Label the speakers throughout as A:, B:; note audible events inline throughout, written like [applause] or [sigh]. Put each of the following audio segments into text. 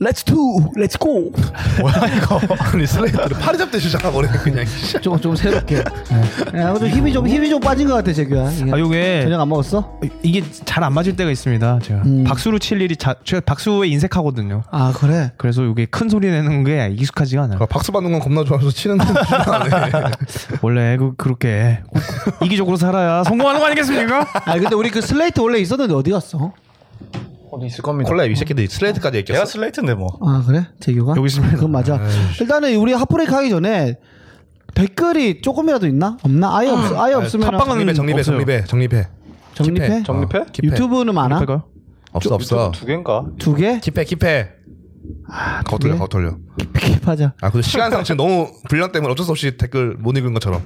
A: 렛츠 투 렛츠 고
B: 뭐야 이거 아니 슬레이트를 파리잡대 시작하버리네 그냥 씨.
C: 조금 조금 새롭게. 네. 야, 근데 힘이 좀 힘이 좀 빠진 것 같아 재규야. 이게
D: 아 요게
C: 저녁 안 먹었어?
D: 이게 잘 안 맞을 때가 있습니다. 제가
C: 음.
D: 박수로 칠 일이 자, 제가 박수에 인색하거든요.
C: 아 그래.
D: 그래서 요게 큰 소리 내는 게 익숙하지가 않아요.
B: 아, 박수 받는 건 겁나 좋아해서 치는 건 좋아하네
D: 원래 그, 그렇게 이기적으로 살아야 성공하는 거 [laughs] 아니겠습니까?
C: 아 근데 우리 그 슬레이트 원래 있었는데 어디 갔어?
E: 어디 있을 겁니다.
B: 콜라야 이 새끼들 슬레이트까지
E: 내가
B: 얘기했어
E: 슬레이트인데 뭐.
C: 아 그래? 재규가?
D: 여기 있습니다.
C: 그건 맞아. 일단은 우리 핫브레이크 하기 전에 댓글이 조금이라도 있나? 없나? 아예 없 아예 없으면
B: 정립해
D: 팟빵은
B: 정립해
D: 없어요.
B: 정립해 정립해
C: 네, 정립해?
E: 정립해?
B: 어, 킵해.
C: 유튜브는 많아?
D: 할까요?
B: 없어 없어
E: 두 개인가?
C: 두 개?
B: 킵해 킵해 거 돌려
C: 그래?
B: 거 돌려
C: 킵하자.
B: 아 근데 시간상 지금 너무 분량 때문에 어쩔 수 없이 댓글 못 읽은 것처럼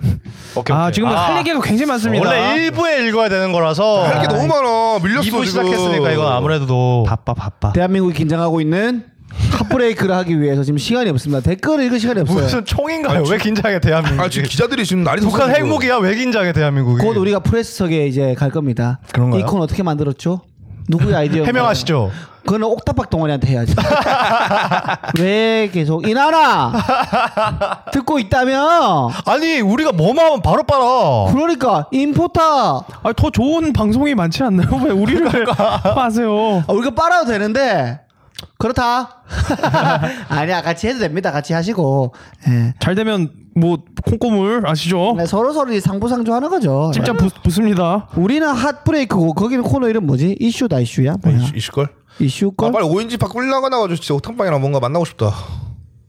E: 오케이.
D: 아
E: 오케이.
D: 지금 할 얘기가 굉장히 많습니다.
E: 원래 1부에 읽어야 되는 거라서
B: 할 게 너무 많아 밀렸어
E: 2부
B: 지금
E: 시작했으니까 이건 아무래도 너
D: 바빠 바빠.
C: 대한민국이 긴장하고 있는 핫브레이크를 하기 위해서 지금 시간이 없습니다. 댓글 읽을 시간이 없어요.
E: 무슨 총인가요? 왜 긴장해 대한민국?
B: 아 지금 기자들이 지금 날이
E: 북한
B: 섰어, 지금.
E: 핵무기야 왜 긴장해 그 대한민국이?
C: 곧 우리가 프레스석에 이제 갈 겁니다.
E: 그런가요?
C: 이콘 어떻게 만들었죠? 누구의 아이디어?
E: 해명하시죠.
C: 그거는 옥탑박 동아리한테
E: [laughs]
C: 해야지. 왜 계속 이나라 듣고 있다며?
E: 아니 우리가 뭐만 하면 바로 빨아.
C: 그러니까 인포타
D: 아더 좋은 방송이 많지 않나요? [laughs] 왜 우리를
E: 그러니까.
D: 하세요?
C: 아, 우리가 빨아도 되는데
E: [laughs]
C: 그렇다. 아니야 같이 해도 됩니다. 같이 하시고 예.
D: 잘 되면 뭐 콩고물 아시죠?
C: 네, 서로 서로 상부상조하는 거죠. 예.
D: 찜짜 부, 붙습니다.
C: 우리는 핫브레이크고 거기는 코너 이름 뭐지? 이슈다 이슈야
B: 아,
E: 어,
C: 뭐야?
B: 이슈- 이슈걸
C: 이슈
B: 아
C: 걸?
B: 빨리 오인지 팍 올라가나가지고 진짜 옥탑방이랑 뭔가 만나고 싶다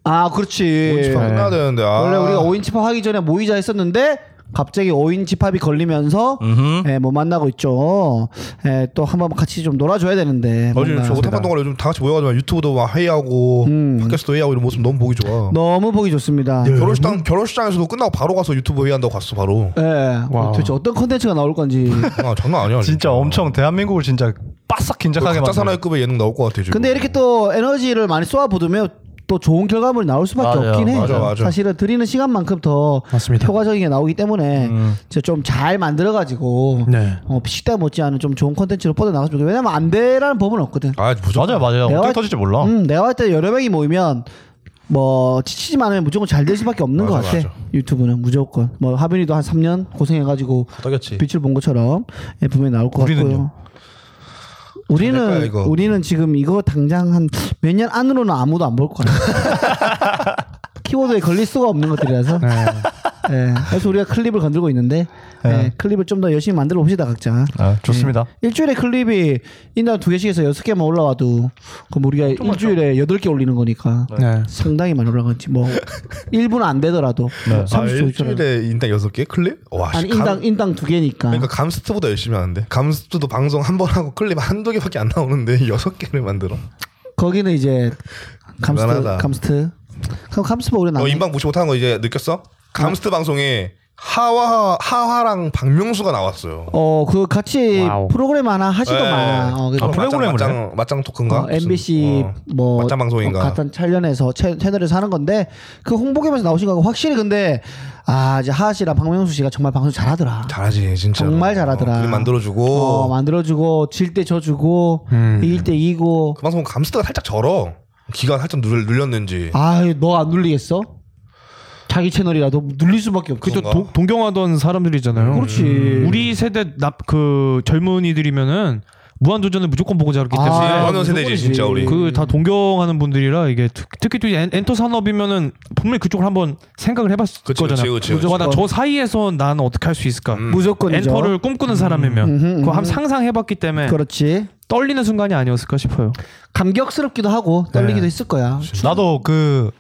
C: 아
B: 오인지
C: 그렇지.
B: 팍 만나야 되는데 아.
C: 원래 우리가 5인 집합 하기 전에 모이자 했었는데 갑자기 5인 집합이 걸리면서 예, 못 만나고 있죠. 예, 또 한번 같이 좀 놀아줘야 되는데.
B: 어제
C: 뭔가.
B: 저 오타파 동아리 요즘 다 같이 모여가지고 유튜브도 막 회의하고
C: 음.
B: 팟캐스트도 회의하고 이런 모습 너무 보기 좋아.
C: 너무 보기 좋습니다.
B: 결혼식당
C: 음.
B: 결혼식장에서도 끝나고 바로 가서 유튜브 회의한다고 갔어 바로.
C: 예. 도대체 어떤 컨텐츠가 나올 건지.
B: 아 장난 아니야.
E: 진짜 엄청 대한민국을 진짜 바싹
B: 가짜
E: 긴장하게 만들어.
B: 사나이급의 예능 나올 것 같아 지금.
C: 근데 이렇게 또 에너지를 많이 쏘아부으면 또 좋은 결과물이 나올 수밖에
E: 맞아요,
C: 없긴 해.
B: 맞아, 맞아.
C: 사실은 드리는 시간만큼 더
D: 맞습니다.
C: 효과적인 게 나오기 때문에 좀 잘 만들어가지고
D: 네.
C: 어, 식당 못지않은 좀 좋은 컨텐츠로 뻗어나갔으면 좋겠어. 왜냐면 안 되라는 법은 없거든.
B: 아 무조건.
E: 맞아요 맞아요.
C: 내가
E: 어떻게
C: 할-
E: 터질지 몰라.
C: 음, 내가 할 때 여러 명이 모이면 뭐 지치지만 않으면 무조건 잘 될 수밖에 없는 것
B: 맞아,
C: 같아.
B: 맞아.
C: 유튜브는 무조건. 뭐 하빈이도 한 3년 고생해가지고
E: 어떻겠지.
C: 빛을 본 것처럼 예, 분명히 나올 것
E: 우리는요?
C: 같고요. 우리는
B: 거야, 이거.
C: 우리는 지금 이거 당장 한 몇 년 안으로는 아무도 안 볼 거야. 키워드에 걸릴 수가 없는 것들이라서. 예, 그래서 우리가 클립을 건들고 있는데 예, 클립을 좀 더 열심히 만들어 봅시다 각자.
E: 아, 좋습니다.
C: 일주일에 클립이 인당 두 개씩에서 여섯 개만 올라와도 그럼 우리가 일주일에 여덟 개 올리는 거니까
D: 네.
C: 상당히 많이 올라갔지
D: [laughs]
C: 뭐 1분 안 되더라도
D: 네.
B: 아,
C: 30초 아,
B: 일주일에 인당 여섯 개 클립? 와 씨.
C: 아니
B: 감-
C: 인당 인당 두 개니까
B: 그러니까 감스트보다 열심히 하는데 감스트도 방송 한 번 하고 클립 한두 개밖에 안 나오는데 [laughs] 여섯 개를 만들어.
C: 거기는 이제 감스트
B: 대단하다.
C: 감스트 그럼 감스트 올해
B: 너
C: 나네
B: 인방 무시 못하는 거 이제 느꼈어? 감스트 방송에 하와 하와랑 박명수가 나왔어요.
C: 어그 같이
D: 와우.
C: 프로그램 하나 하시더만 어, 그
B: 아, 프로그램을
E: 프로그램을
B: 맞짱, 맞짱 토큰가?
C: 어, MBC 뭐
B: 맞짱 방송인가?
C: 어, 같은 관련해서 채, 채널에서 하는 건데 그 홍보겸에서 나오신 거고 확실히 근데 아 이제 하하 씨랑 박명수 씨가 정말 방송 잘하더라.
B: 잘하지 진짜.
C: 정말 잘하더라.
B: 만들어주고
C: 어, 만들어주고 질 때 져주고 이길 때 이기고
B: 그 방송 감스트가 살짝 절어. 기간 살짝 눌, 눌렸는지.
C: 아유 너 안 눌리겠어? 자기 채널이라도 눌릴 수밖에 없어.
D: 그또
B: 그런가?
D: 동경하던 사람들이잖아요.
C: 그렇지.
D: 음.
E: 음.
D: 우리 세대 납 그 젊은이들이면은 무한도전을 무조건 보고 자랐기
C: 아,
D: 때문에
E: 네.
B: 완전
C: 무조건이지.
B: 세대지, 진짜 우리.
D: 그 다 동경하는 분들이라 이게 특- 특히 또 이제 엔- 엔터 산업이면은 분명히 그쪽을 한번 생각을 해봤을
B: 그치,
D: 거잖아요.
B: 그치, 그치,
D: 와나 저 사이에서 나는 어떻게 할 수 있을까?
B: 음.
C: 무조건이죠.
D: 엔터를 꿈꾸는 사람이면
C: 음흠, 음흠.
D: 그거 한 상상해봤기 때문에
C: 그렇지.
D: 떨리는 순간이 아니었을까 싶어요.
C: 감격스럽기도 하고 떨리기도 했을 거야.
B: 네.
E: 나도 그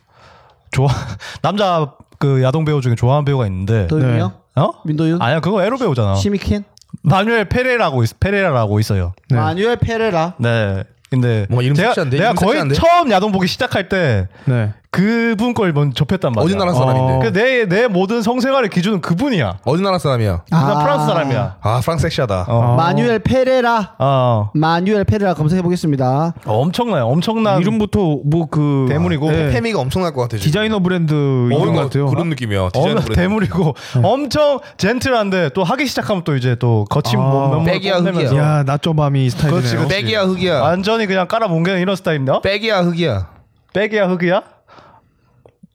E: 좋아 [laughs] 남자 그 야동 배우 중에 좋아하는 배우가 있는데
C: 도윤이 형,
E: 어?
C: 민도윤,
E: 아니야 어. 그거 에로 배우잖아.
C: 시미킨,
E: 마뉴엘 페레라고 있, 페레라라고 있어요.
C: 마뉴엘 페레라.
E: 네. 근데
B: 뭔가 이름
E: 제가,
B: 섹시한데?
E: 내가
B: 이름
E: 거의
B: 섹시한데?
E: 처음 야동 보기 시작할 때
D: 네.
E: 그분 걸 먼저 접했단 말이야.
B: 어디 나라 사람인데?
D: 어.
E: 그내내 모든 성생활의 기준은 그분이야.
B: 어디 나라 사람이야?
E: 그 사람
C: 아.
E: 프랑스 사람이야.
B: 아 프랑스 섹시하다.
E: 어.
C: 마뉴엘 페레라.
E: 어.
C: 마뉴엘 페레라 검색해 보겠습니다.
E: 어, 엄청나요. 엄청난
D: 이름부터 뭐 그
E: 대물이고
B: 페미가 엄청날 것 같아. 지금.
D: 디자이너 브랜드 이런 것 같아요. 어,
B: 그런 어, 느낌이야. 디자인
E: 엄청
B: 브랜드.
E: 대물이고
B: 네.
E: 엄청 젠틀한데 또 하기 시작하면 또 이제 또 거친
D: 아.
E: 몸
B: 백이야,
E: 뽐내면서
B: 흑이야.
D: 야 낮저밤이 스타일이네요.
B: 그
D: 아,
B: 백이야 흑이야.
E: 완전히 그냥 깔아뭉개는 이런 스타일인데. 어?
B: 백이야 흑이야.
E: 백이야 흑이야?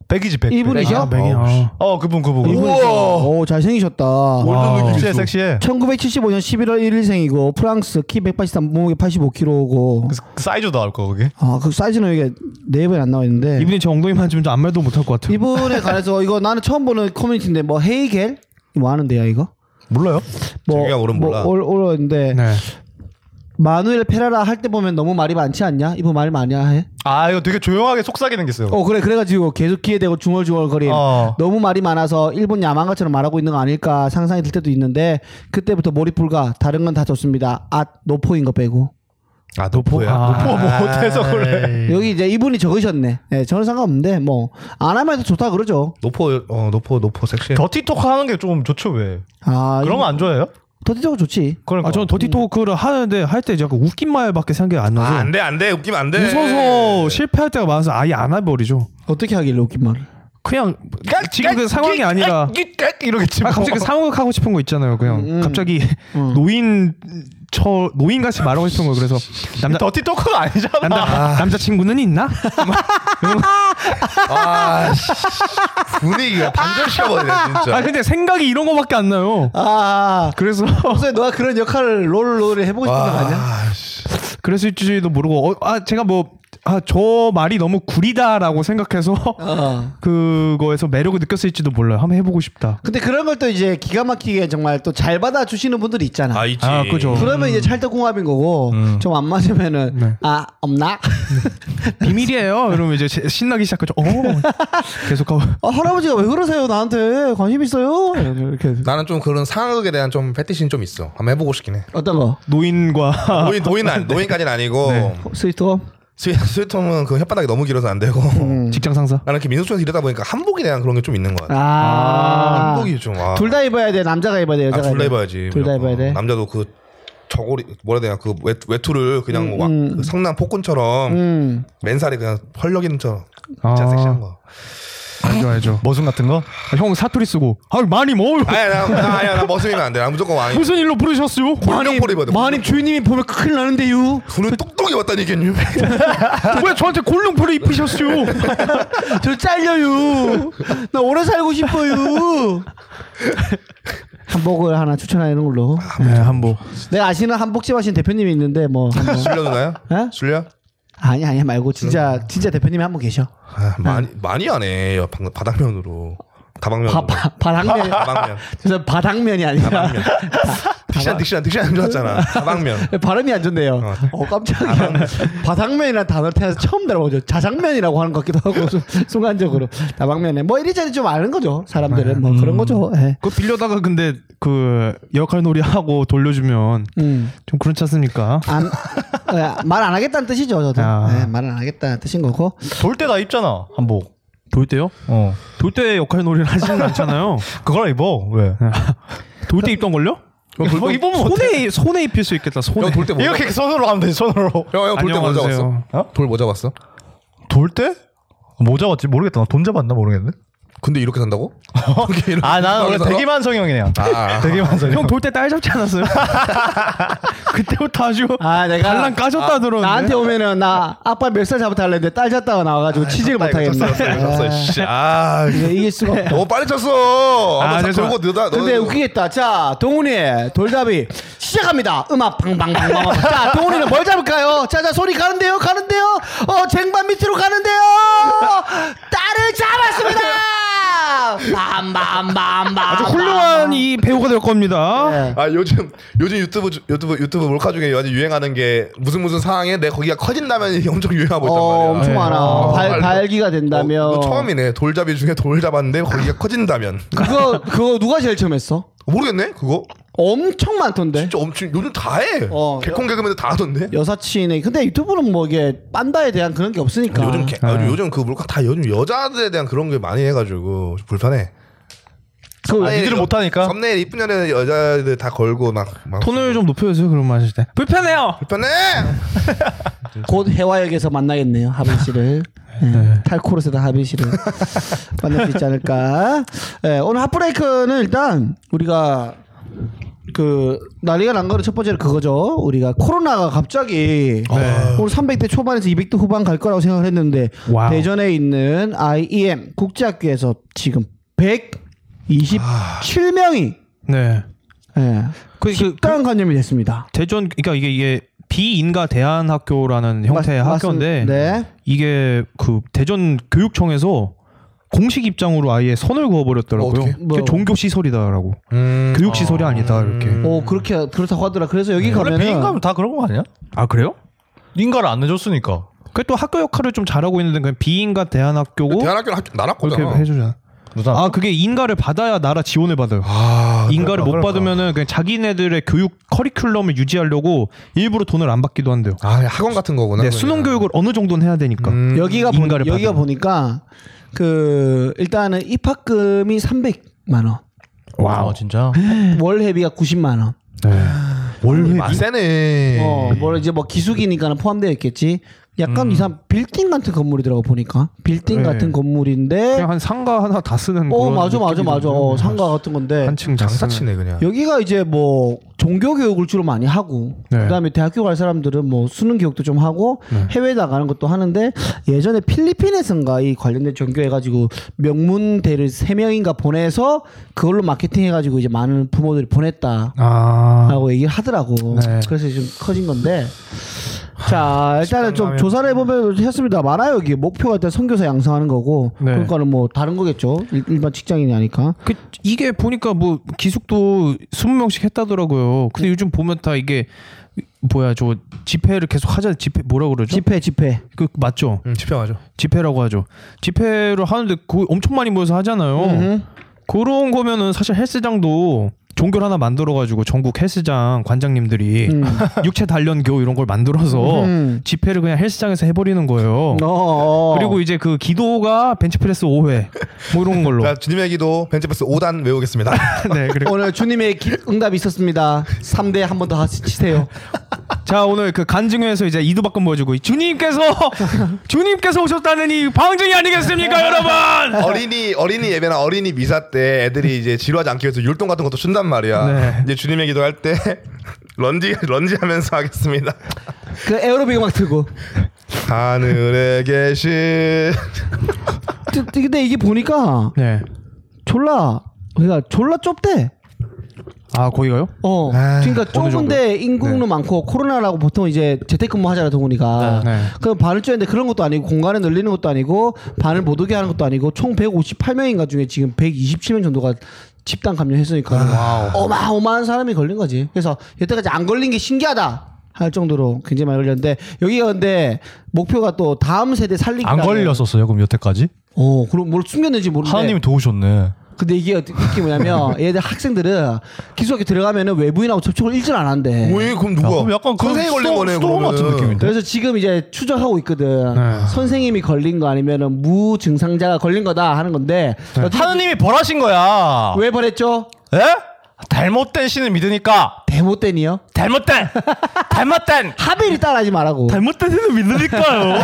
E: 백이지 백.
C: 이분이셔?
E: 백.
B: 아,
E: 어 그분 그분. 그분.
B: 우와.
C: 오 잘생기셨다.
E: 와, 섹시해
B: 있어.
E: 섹시해.
C: 1975년 11월 1일생이고 프랑스 키 183, 몸무게 85kg고.
E: 그 사이즈도 나올 거 거기.
C: 아, 그 사이즈는 이게 네 번이 안 나와 있는데.
D: 이분이 저 엉덩이만 주면 저안 말도 못할 것 같아요.
C: 이분에 관해서 이거 나는 처음 보는 커뮤니티인데 뭐 헤이겔 뭐 하는데요 이거?
E: 몰라요?
C: 뭐
B: 자기가 오른 몰라.
C: 올 올었는데
D: 네.
C: 마누엘 페라라 할 때 보면 너무 말이 많지 않냐? 이분 말 많이 해?
E: 아 이거 되게 조용하게 속삭이는 게 있어요.
C: 어 그래 그래가지고 계속 귀에 대고 중얼중얼거림.
E: 어.
C: 너무 말이 많아서 일본 야망가처럼 말하고 있는 거 아닐까 상상이 들 때도 있는데 그때부터 몰입 불가. 다른 건 다 좋습니다. 아 노포인 거 빼고.
B: 아 노포야.
D: 아.
E: 뭐 못해서
D: [laughs]
E: 그래.
C: 여기 이제 이분이 적으셨네. 예, 저는 상관없는데 뭐 안 하면 좋다 그러죠.
B: 노포 어 노포 노포 섹시해.
E: 더티톡 하는 게 좀 좋죠 왜?
C: 아
E: 그런 거 안 좋아해요?
C: 더티적으로 좋지.
E: 그러니까.
D: 아, 저는 더티토크를 하는데 할 때 약간 웃긴 말밖에 생각이 안 나서
B: 아, 안돼 안돼 웃기면 안돼.
D: 웃어서 실패할 때가 많아서 아예 안 해버리죠.
C: 어떻게 하길래 웃긴 말을?
D: 그냥 지금 그 상황이 아니라
E: 이러겠지.
D: 아,
E: 뭐.
D: 갑자기 상황극하고 싶은 거 있잖아요. 그냥
C: 음, 음.
D: 갑자기 노인 처 노인 같이 말하고 싶은 거 그래서 남자
E: [laughs] 더티톡은 아니잖아.
D: 남자 남자 친구는 있나?
B: 아 씨. 분위기가 반전시켜버리네 진짜.
D: 아 근데 생각이 이런 거밖에 안 나요.
C: 아
D: 그래서 [laughs]
C: 무슨 너가 그런 역할을 롤롤을 해보고 싶은 거 아니야?
B: 아, 씨.
D: 그랬을지도 모르고 어, 아 제가 뭐 아 저 말이 너무 구리다라고 생각해서 [laughs]
C: 어.
D: 그거에서 매력을 느꼈을지도 몰라요. 한번 해보고 [laughs] 싶다.
C: 근데 그런 걸 또 이제 기가 막히게 정말 또 잘 받아주시는 분들이 있잖아.
B: 아 음. 있지.
D: 아, 그죠.
C: 그러면 이제 찰떡궁합인 거고 좀 안 맞으면은
D: 네.
C: 아 없나?
D: 비밀이에요. 이러면 이제 제- 신나기 시작하죠. [laughs] 어 계속하고
C: 아, 할아버지가 왜 그러세요 나한테 관심 있어요? 이렇게
B: 나는 좀 그런 상황극에 대한 좀 패티신 좀 있어. 한번 해보고 싶긴 해.
C: 어떤 거? 아,
D: 노인과
B: 노인 노인
C: 네.
B: 안 노인까지는 아니고
C: 스위트홈?
B: 스위 스위트홈은 그 혓바닥이 너무 길어서 안 되고.
C: 음.
D: 직장 상사.
B: 나는 이렇게 민속촌에서 일하다 보니까 한복에 대한 그런 게 좀 있는 것 같아.
C: 아,
B: 한복이 좀. 아.
C: 둘 다 입어야 돼 남자가 입어야 돼
B: 아,
C: 여자가
B: 둘다 입어야지.
C: 둘다
B: 무조건.
C: 입어야 돼.
B: 남자도 그 저고리 뭐라 해야 되나 그 외, 외투를 그냥 와, 그 성남 폭군처럼
C: 음.
B: 맨살이 그냥 펄럭이는 저 진짜
D: 아.
B: 섹시한 거.
D: 알죠 알죠.
E: 머슴 같은 거?
D: 아, 형 사투리 쓰고 아 많이 먹어요.
B: 아야 나, 나 아야 나 머슴이면 안 돼. 나 무조건 와인.
D: 무슨 일로 부르셨어요?
B: 골명골 입어야 돼.
C: 마님 주인님이 보면 큰일 나는데요.
B: 눈을 똑똑히 왔다니 겠니?
D: 왜 저한테 골룡포를 입히셨어요?
C: [laughs] 저 잘려요. 나 오래 살고 싶어요. 한복을 하나 추천하는 걸로.
D: 네, 한복.
C: 내가 아시는 한복집 하신 대표님이 있는데 뭐 한번. [laughs]
B: 술려 누나요?
C: 어?
B: 술려?
C: 아니 아니 말고 진짜 진짜 대표님이 한 분 계셔.
B: 아, 많이 많이 안 해. 방- 바닥면으로. 가방면으로.
C: 바, 바, 바닥면.
B: 가방면.
C: 죄송 바닥면이 아. 아니라
B: 딕션 딕션 딕션 안 좋았잖아. 가방면.
C: [laughs] 발음이 안 좋네요. 어, 깜짝이야. 바닥면이라는 단어를 태어나서 처음 들어보죠. 자장면이라고 하는 것 같기도 하고 수- 순간적으로 다방면에 뭐 이리저리 좀 아는 거죠. 사람들은 뭐 그런 거죠. 예.
D: 그거 빌려다가 근데 그 역할 놀이 하고 돌려주면
C: 음.
D: 좀 그렇지 않습니까?
C: 안말안 하겠다는 뜻이죠, 저도.
D: 아.
C: 네, 말은 안 하겠다는 뜻인 거고.
E: 돌 때 다 입잖아 한복.
D: 돌 때요?
E: 어.
D: 돌 때 역할 놀이를 하시는 않잖아요.
E: 그걸 입어 왜?
D: 돌 때 입던 걸요?
E: 그거 입으면
D: 손에 손에 입힐 수 있겠다. 손에.
B: 형돌때 뭐?
E: 이렇게 손으로 하면 되지 손으로.
B: 형돌때 뭐 잡았어?
D: 안녕하세요.
E: 어?
B: 돌 뭐 잡았어?
E: 돌 때? 뭐 잡았지 모르겠다. 나 돈 잡았나 모르겠네.
B: 근데 이렇게 산다고? 이렇게 이렇게
E: 아 나는 원래
B: 이렇게 살아?
E: 대기만 성형이야.
B: 아, 아.
E: 대기만 성형.
D: [laughs] 형 돌 때 딸 잡지 않았어요? 그때부터 아주
C: 아, 내가
D: 반란 까졌다 들었는데.
C: 나한테 오면은 나 아빠 몇 살 잡아달라 했는데 딸 잡다가 나와가지고 치질
B: 아, 이거
C: 못하겠네.
B: 졌어, 졌어, 이거 졌어, 씨. 아,
C: 이게 이길 수가 없다.
B: 너무 빨리 쳤어.
D: 아,
B: 아, 자,
D: 죄송합니다.
B: 돌고 너다.
C: 근데 웃기겠다. 자, 동훈이의 돌잡이 시작합니다. 음악 방방방방. 자, 동훈이는 뭘 잡을까요? 자, 자, 소리 가는데요? 가는데요? 어, 쟁반 밑으로 가는데요? 딸을 잡았습니다! 밤밤밤밤.
D: 아주 훌륭한 이 배우가 될 겁니다.
C: 네.
B: 아 요즘 요즘 유튜브 주- 유튜브 유튜브 몰카 중에 아주 유행하는 게 무슨 무슨 상황에 내 거기가 커진다면 이게 엄청 유행하고 있단 말이야.
C: 어, 엄청 많아.
B: 어,
C: 발,
B: 발-
C: 발기가 된다면.
B: 어, 이거 처음이네. 돌잡이 중에 돌 잡았는데 거기가 커진다면
C: 그거, 그거 누가 제일 처음 했어?
B: 모르겠네. 그거
C: 엄청 많던데.
B: 진짜 엄청 요즘 다 해.
C: 어.
B: 개콘 개그맨들 다 하던데.
C: 여사친의 근데 유튜브는 뭐 이게 빤다에 대한 그런 게 없으니까
B: 요즘 개, 아, 요즘 그 몰카 다 요즘 여자들에 대한 그런 게 많이 해가지고 좀 불편해.
C: 그
B: 아니,
E: 니들은
B: 여-
E: 못하니까?
B: 썸네일 이쁜 연애 여자들 다 걸고 막, 막
D: 톤을 좀 높여주세요. 그런 말 하실 때. 불편해요.
B: 불편해.
C: 곧 해화역에서 만나겠네요 하빈 씨를
D: 네.
C: 네, 탈코르세다 하빈 씨를 [laughs] 네, 만날 수 있지 않을까 예, 오늘 핫브레이크는 일단 우리가 그 난리가 난 거는 첫 번째로 그거죠. 우리가 코로나가 갑자기
D: 어.
C: 오늘 300대 초반에서 200대 후반 갈 거라고 생각을 했는데
D: 네. 와우.
C: 대전에 있는 IEM 국제학교에서 지금 127명이
D: 네.
C: 예,
D: 아. 그- 그-
C: 집단 감염이 됐습니다.
D: 대전 그러니까 이게 이게 비인가 대한학교라는 형태의
C: 맞-
D: 학교인데
C: 맞습니다. 네.
D: 이게 그 대전 교육청에서 공식 입장으로 아예 선을
B: 어,
D: 그어버렸더라고요.
B: 어떻게?
D: 그게
C: 뭐라고?
D: 종교 시설이다라고.
B: 음.
D: 교육 시설이 아니다 이렇게.
C: 오 그렇게 그렇다고 하더라. 그래서
D: 네.
C: 여기
E: 원래
C: 가면은
E: 비인가면 다 그런 거 아니야?
D: 아 그래요?
E: 인가를 안 내줬으니까.
D: 그또 학교 역할을 좀 잘하고 있는데 그냥 비인가 대한학교고
B: 대한학교는 학- 나라
D: 어? 그렇게
B: 거잖아.
D: 해주잖아.
E: 무슨
D: 아 그게 인가를 받아야 나라 지원을 받아요.
B: 아,
D: 인가를 못
E: 그럴까.
D: 받으면은 그냥 자기네들의 교육 커리큘럼을 유지하려고 일부러 돈을 안 받기도 한대요.
B: 아, 학원 같은 거구나.
D: 네,
B: 그냥.
D: 수능 교육을 어느 정도는 해야 되니까.
B: 음.
C: 여기가 보,
D: 인가를
C: 여기가
D: 받으면.
C: 보니까 그 일단은 입학금이 300만 원.
E: 와우
B: [laughs]
E: 진짜.
D: 네.
C: 월회비가 90만 원.
B: 월회 아, 세네.
C: 어, 뭐 이제 뭐 기숙이니까는 포함되어 있겠지. 약간 이상 빌딩 같은 건물이더라고 보니까 빌딩
D: 음. 네.
C: 같은 건물인데.
D: 그냥 한 상가 하나 다 쓰는
C: 어
D: 그런
C: 맞아 맞아 맞아
D: 느낌이거든요. 네.
C: 어, 상가 같은 건데
D: 한층 다 쓰는.
B: 장사치네 그냥.
C: 여기가 이제 뭐 종교 교육을 주로 많이 하고
D: 네.
C: 그다음에 대학교 갈 사람들은 뭐 수능 교육도 좀 하고 해외 나가는 것도 하는데 예전에 필리핀에선가 이 관련된 종교 해가지고 명문대를 세 명인가 보내서 그걸로 마케팅 해가지고 이제 많은 부모들이 보냈다.
D: 아
C: 라고 얘기를 하더라고.
D: 네. 아,
C: 그래서 좀 커진 건데. 자, 일단은 좀 조사를 해보면 했습니다. 많아요, 여기. 목표가 일단 선교사 양성하는 거고.
D: 네.
C: 그러니까는 뭐 다른 거겠죠. 일- 일반 직장인이 아니까.
D: 그 이게 보니까 뭐 기숙도 20명씩 했다더라고요.
C: 네.
D: 근데 요즘 보면 다 이게 뭐야 저 집회를 계속 하자 집회 뭐라 그러죠?
C: 집회, 집회.
D: 그 맞죠?
B: 음, 집행하죠.
D: 집회라고 하죠. 집회를 하는데 그 엄청 많이 모여서 하잖아요.
C: 음흠.
D: 그런 거면은 사실 헬스장도 종교를 하나 만들어가지고 전국 헬스장 관장님들이
C: 음.
D: [laughs] 육체 단련교 이런 걸 만들어서
C: 음.
D: 집회를 그냥 헬스장에서 해버리는 거예요.
C: 어, 어, 어.
D: 그리고 이제 그 기도가 벤치프레스 5회 뭐 이런 걸로.
B: 자, 주님의 기도 벤치프레스 5단 외우겠습니다.
D: 네, 그리고
C: 오늘 주님의 기- 응답이 있었습니다. 3대 한 번 더 치세요.
D: [laughs] 자 오늘 그 간증회에서 이제 이두박근 보여주고 이 주님께서 주님께서 오셨다는 이 방증이 아니겠습니까, 여러분?
B: 어린이 어린이 예배나 어린이 미사 때 애들이 이제 지루하지 않기 위해서 율동 같은 것도 준단 말이야.
D: 네.
B: 이제 주님의 기도할 때 [laughs] 런지 런지 하면서 하겠습니다.
C: 그 에어로빅 음악 틀고.
B: 하늘에 계신
C: 그- 근데 이게 보니까
D: 네.
C: 졸라, 그러니까 졸라 좁대.
D: 아 거기가요?
C: 어,
B: 아,
C: 그러니까
D: 어느
C: 좁은데 인구는 많고 코로나라고 보통 이제 재택근무 하잖아 동훈이가.
D: 네. 네.
C: 그럼 반을 쪼는데 그런 것도 아니고 공간을 늘리는 것도 아니고 반을 못 오게 하는 것도 아니고 총 158명인가 중에 지금 127명 정도가 집단 감염했으니까 어마어마한 사람이 걸린 거지. 그래서 여태까지 안 걸린 게 신기하다. 할 정도로 굉장히 많이 걸렸는데 여기가 근데 목표가 또 다음 세대 살리기
B: 네.
E: 안 걸렸었어요 그럼 여태까지?
C: 어 그럼 뭘 숨겼는지 모르는데
E: 하나님이 도우셨네.
C: 근데 이게 어떻게 이게 뭐냐면 얘들 학생들은 기숙학교 들어가면은 외부인하고 접촉을 일절 안 한대.
B: 뭐예 그럼 누가?
E: 그럼 약간 그
B: 선생이 걸린
E: 수도-
B: 거네.
E: 수도원 같은
B: 그러면은.
E: 느낌인데?
C: 그래서 지금 이제 추적하고 있거든. 선생님이 걸린 거 아니면은 무증상자가 걸린 거다 하는 건데 어떻게-
E: 하느님이 벌하신 거야.
C: 왜 버렸죠?
E: 에? 잘못된 신을 믿으니까
C: 데모댄이요.
B: [laughs]
E: 잘못된 잘못된
C: 하벨이 따라하지 말라고.
E: 잘못된 신을
D: 예.
E: 믿으니까요.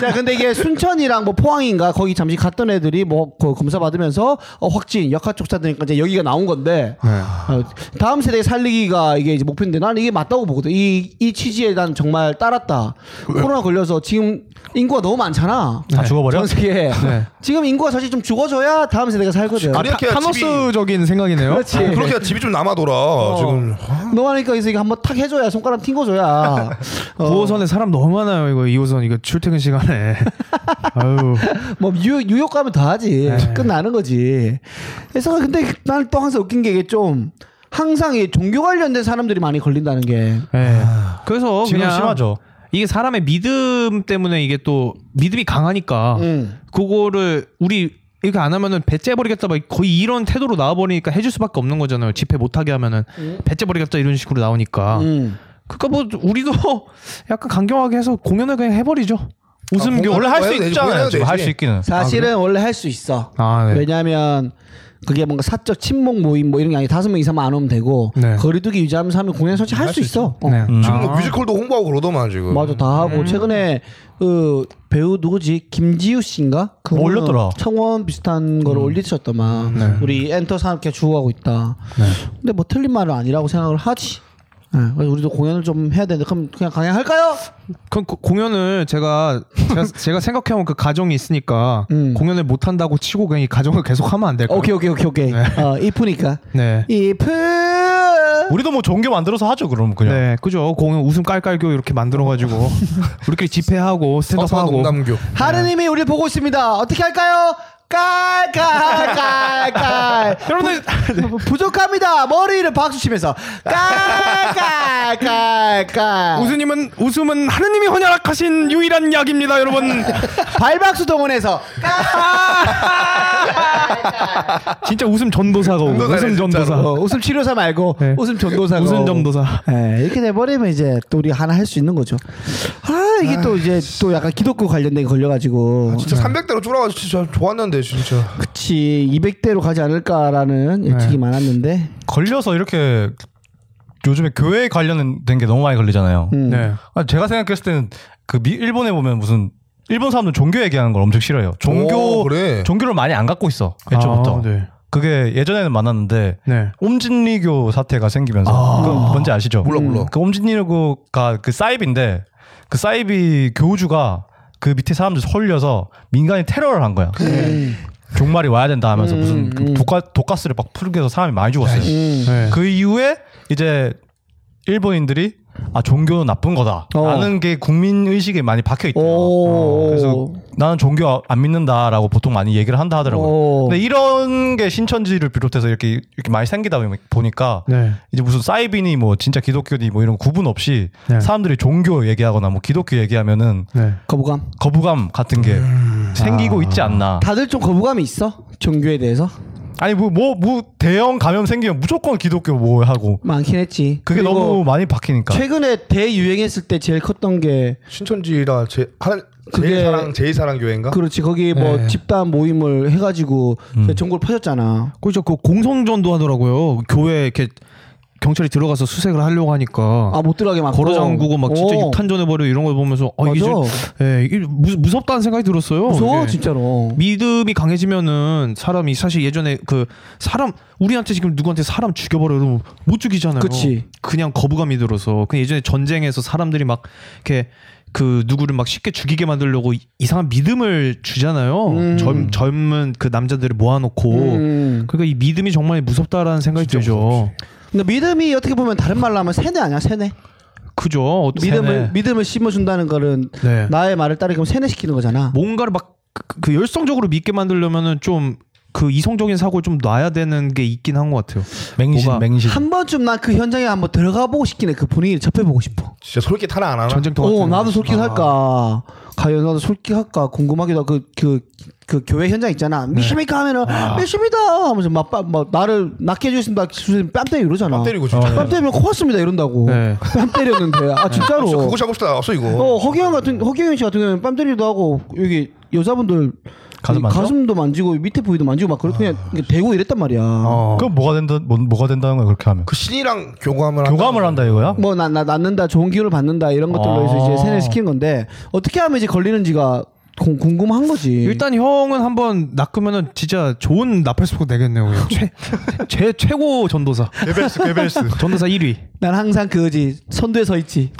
C: 자, 근데 이게 순천이랑 뭐 포항인가 거기 잠시 갔던 애들이 뭐그 검사 받으면서 어, 확진 역학 조사되니까 이제 여기가 나온 건데
E: 네.
C: 어, 다음 세대 살리기가 이게 이제 목표인데 나는 이게 맞다고 보거든. 이, 이 취지에 난 정말 따랐다. 코로나 걸려서 지금 인구가 너무 많잖아.
E: 네. 다 죽어버려? 네.
C: 전 세계에 지금 인구가 사실 좀 죽어줘야 다음 세대가 살거든.
B: 아, 이렇게
D: 타- 타노스적인
E: 어?
D: 생각이네요.
E: 아,
C: 그렇지.
B: 그렇게 집이 좀 남아 돌아. 지금
C: 너하니까 그래서 이거 한번 탁 해줘야 손가락 튕겨줘야.
E: [laughs]
C: 어,
D: 9호선에 사람 너무 많아요. 이거 2호선 이거 출퇴근 시간에. 아유.
C: 뭐 뉴욕, 뉴욕 가면 다 하지 끝나는 거지. 그래서 근데 나는 또 항상 웃긴 게 이게 좀 항상 이 종교 관련된 사람들이 많이 걸린다는 게.
D: 예. 그래서
E: 지금
D: 그냥
E: 심하죠.
D: 이게 사람의 믿음 때문에 이게 또 믿음이 강하니까
C: 음.
D: 그거를 우리 이렇게 안 하면은 배째버리겠다 막 거의 이런 태도로 나와버리니까 해줄 수밖에 없는 거잖아요. 집회 못하게 하면은 배째버리겠다 이런 식으로 나오니까.
C: 음.
D: 그러니까 뭐 우리도 [laughs] 약간 강경하게 해서 공연을 그냥 해버리죠. 웃음교.
B: 공연-
E: 아, 원래 할 수
B: 해도 되지,
E: 있잖아요.
B: 해도
E: 지금
B: 되지.
E: 할 수 있기는.
C: 사실은 원래 할 수 있어.
D: 아 네.
C: 왜냐하면 그게 뭔가 사적 친목 모임 뭐 이런 게 아니라 다섯 명 이상만 안 오면 되고
D: 네.
C: 거리두기 유지하면서 하면 공연 설치 할 수 있어. 어.
D: 네.
B: 지금 뭐 뮤지컬도 홍보하고 그러더만 지금.
C: 맞아 다 하고 최근에 그 배우 누구지 김지우 씨인가 그
E: 뭐 올렸더라.
C: 청원 비슷한 걸 올리셨더만 우리 엔터 산업계 주고하고 있다 근데 뭐 틀린 말은 아니라고 생각을 하지 네, 그래서 우리도 공연을 좀 해야 되는데 그럼 그냥 강행할까요?
D: 그럼 그 공연을 제가 [laughs] 제가, 제가 생각해보면 그 가정이 있으니까
C: 음.
D: 공연을 못 한다고 치고 그냥 이 가정을 계속 하면 안 될까요?
C: 오케이 오케이 오케이 오케이 어, 이프니까
D: 네.
C: 이프
E: 우리도 뭐 종교 만들어서 하죠 그럼 그냥.
D: 네, 그죠. 공연 웃음 깔깔교 이렇게 [laughs] 만들어가지고 우리끼리 집회하고
B: 서사
D: 스탠드업하고
B: 농담교.
C: 하느님이 우리 보고 있습니다 어떻게 할까요? 깔깔깔깔
D: [laughs] 여러분들
C: 부- 부족합니다. 머리를 박수 치면서 깔깔깔깔
D: 웃음은 웃음은 하느님이 허락하신 유일한 약입니다, 여러분.
C: 발박수 동원해서
D: [laughs] 진짜 웃음 전도사가 오고,
B: 전도사네,
D: 웃음 전도사,
C: 어, 웃음 치료사 말고
D: 네.
C: 웃음 전도사
D: 웃음 전도사.
C: 예, 이렇게 돼버리면 이제 또 우리 하나 할 수 있는 거죠. 아 이게 또 이제 또 약간 기독교 관련된 게 걸려가지고
D: 아,
B: 진짜 300대로 줄어가지고 진짜 좋았는데 진짜.
C: 그치 200대로 가지 않을까라는 예측이
D: 네.
C: 많았는데
E: 걸려서 이렇게 요즘에 교회 관련된 게 너무 많이 걸리잖아요.
C: 음.
D: 네.
E: 아, 제가 생각했을 때는 그 미, 일본에 보면 무슨 일본 사람들 종교 얘기하는 걸 엄청 싫어해요. 종교
B: 오, 그래.
E: 종교를 많이 안 갖고 있어 애초부터.
D: 아, 네.
E: 그게 예전에는 많았는데
D: 네.
E: 옴진리교 사태가 생기면서 그거 뭔지 아시죠?
B: 몰라 몰라.
E: 그 옴진리교가 그 사이비인데 그 사이비 교주가 그 밑에 사람들 홀려서 민간인 테러를 한 거야. 종말이 와야 된다 하면서 무슨 그 독가, 독가스를 막 풀게서 사람이 많이 죽었어요.
C: 음.
D: 네.
E: 그 이후에 이제 일본인들이 아 종교는 나쁜
C: 어.
E: 거다라는 게 국민 의식에 많이
D: 어,
E: 박혀 있대요.
C: 오
E: 그래서 나는 종교 아, 안 믿는다라고 보통 많이 얘기를 한다 하더라고요.
C: 오.
E: 근데 이런 게 신천지를 비롯해서 이렇게 이렇게 많이 생기다 보니- 보니까
D: 네.
E: 이제 무슨 사이비니 뭐 진짜 기독교니 뭐 이런 구분 없이
D: 네.
E: 사람들이 종교 얘기하거나 뭐 기독교 얘기하면은
D: 네.
C: 거부감
E: 거부감 같은 게 생기고 있지
D: 아.
E: 않나.
C: 다들 좀 거부감이 있어 종교에 대해서
E: 아니 뭐 뭐 뭐 대형 감염 생기면 무조건 기독교 뭐 하고
C: 많긴 했지
E: 그게
C: 그리고
E: 너무 많이
D: 그러니까
E: 박히니까.
C: 최근에 대유행했을 때 제일 컸던 게
B: 신천지라 제 하나
C: 그게-
B: 제일 사랑 제일 사랑 교회인가?
C: 그렇지 거기 뭐
D: 그러니까? 네. 음.
C: 집단 모임을 해가지고 전골 퍼졌잖아.
D: 그죠. 그 공성전도 하더라고요. 교회 이렇게 경찰이 들어가서 수색을 하려고 하니까
C: 아 못 들어가게 막
D: 걸어 잠그고 막 진짜
C: 오.
D: 육탄전해 버리고 이런 걸 보면서 아 이게 좀
C: 맞아.
D: 예, 이게 무, 무섭다는 생각이 들었어요.
C: 무서워
D: 이게.
C: 진짜로.
D: 믿음이 강해지면은 사람이 사실 예전에 그 사람 우리한테 지금 누구한테 사람 죽여버려 그러면 못 죽이잖아요.
C: 그치.
D: 냥 거부감이 들어서 그 예전에 전쟁에서 사람들이 막 이렇게 그 누구를 막 쉽게 죽이게 만들려고 이- 이상한 믿음을 주잖아요.
C: 음.
D: 젊, 젊은 그 남자들을 모아놓고
C: 음.
D: 그러니까 이 믿음이 정말 무섭다라는 생각이
B: 진짜
D: 들죠.
C: 근데 믿음이 어떻게 보면 다른 말로 하면 세뇌 아니야 세뇌.
D: 그죠. 어떤-
C: 믿음을 믿음을 심어준다는 거는
D: 네.
C: 나의 말을 따르게 세뇌시키는 거잖아.
D: 뭔가를 막 그 열성적으로 믿게 만들려면은 좀 그 이성적인 사고를 좀 놔야 되는 게 있긴 한 것 같아요.
E: 맹신
D: 뭐가-
E: 맹신.
C: 한 번쯤 난 그 현장에 한번 들어가 보고 싶긴 해. 그 분위기를 접해 보고 싶어.
B: 진짜 솔깃 하나 안 하나?
D: 전쟁터 같은
C: 어
D: 거.
C: 나도 솔깃할까. 과연 나도 솔깃할까 궁금하기도 하고 그그 그 교회 현장 있잖아. 미십니까 하면은 미십니다 하면서 막막 나를 낫게 해주신다 주님 뺨 때리고 이러잖아.
B: 빡 때리고 진짜.
C: 뺨 때리면 코았습니다 이런다고
D: 네.
C: 뺨 때렸는데 아 진짜로
B: 진짜 그거 잡읍시다. 없어 이거.
C: 어 허경영 같은 허경영 씨 같은 경우는 뺨 때리기도 하고 여기 여자분들
E: 가슴
C: 여기
E: 만져?
C: 가슴도 만지고 밑에 부위도 만지고 막 그렇게 그냥 이렇게 대고 이랬단 말이야
D: 아.
E: 그럼 뭐가 된다 뭐, 뭐가 된다는 거야 그렇게 하면.
B: 그 신이랑 교감을
E: 교감을 한다 [laughs] 이거야?
C: 뭐 나 낫는다 좋은 기운을 받는다 이런 것들로 해서 이제
E: 아.
C: 세뇌시키는 건데 어떻게 하면 이제 걸리는지가 공- 궁금한 거지
D: 일단 형은 한번 낚으면은 진짜 좋은 나팔스포 되겠네요. 그냥. 최, 제 최고 전도사.
B: 베베스 베베스.
D: 전도사 1위.
C: 난 항상 그거지 선두에 서
D: [laughs]
C: 있지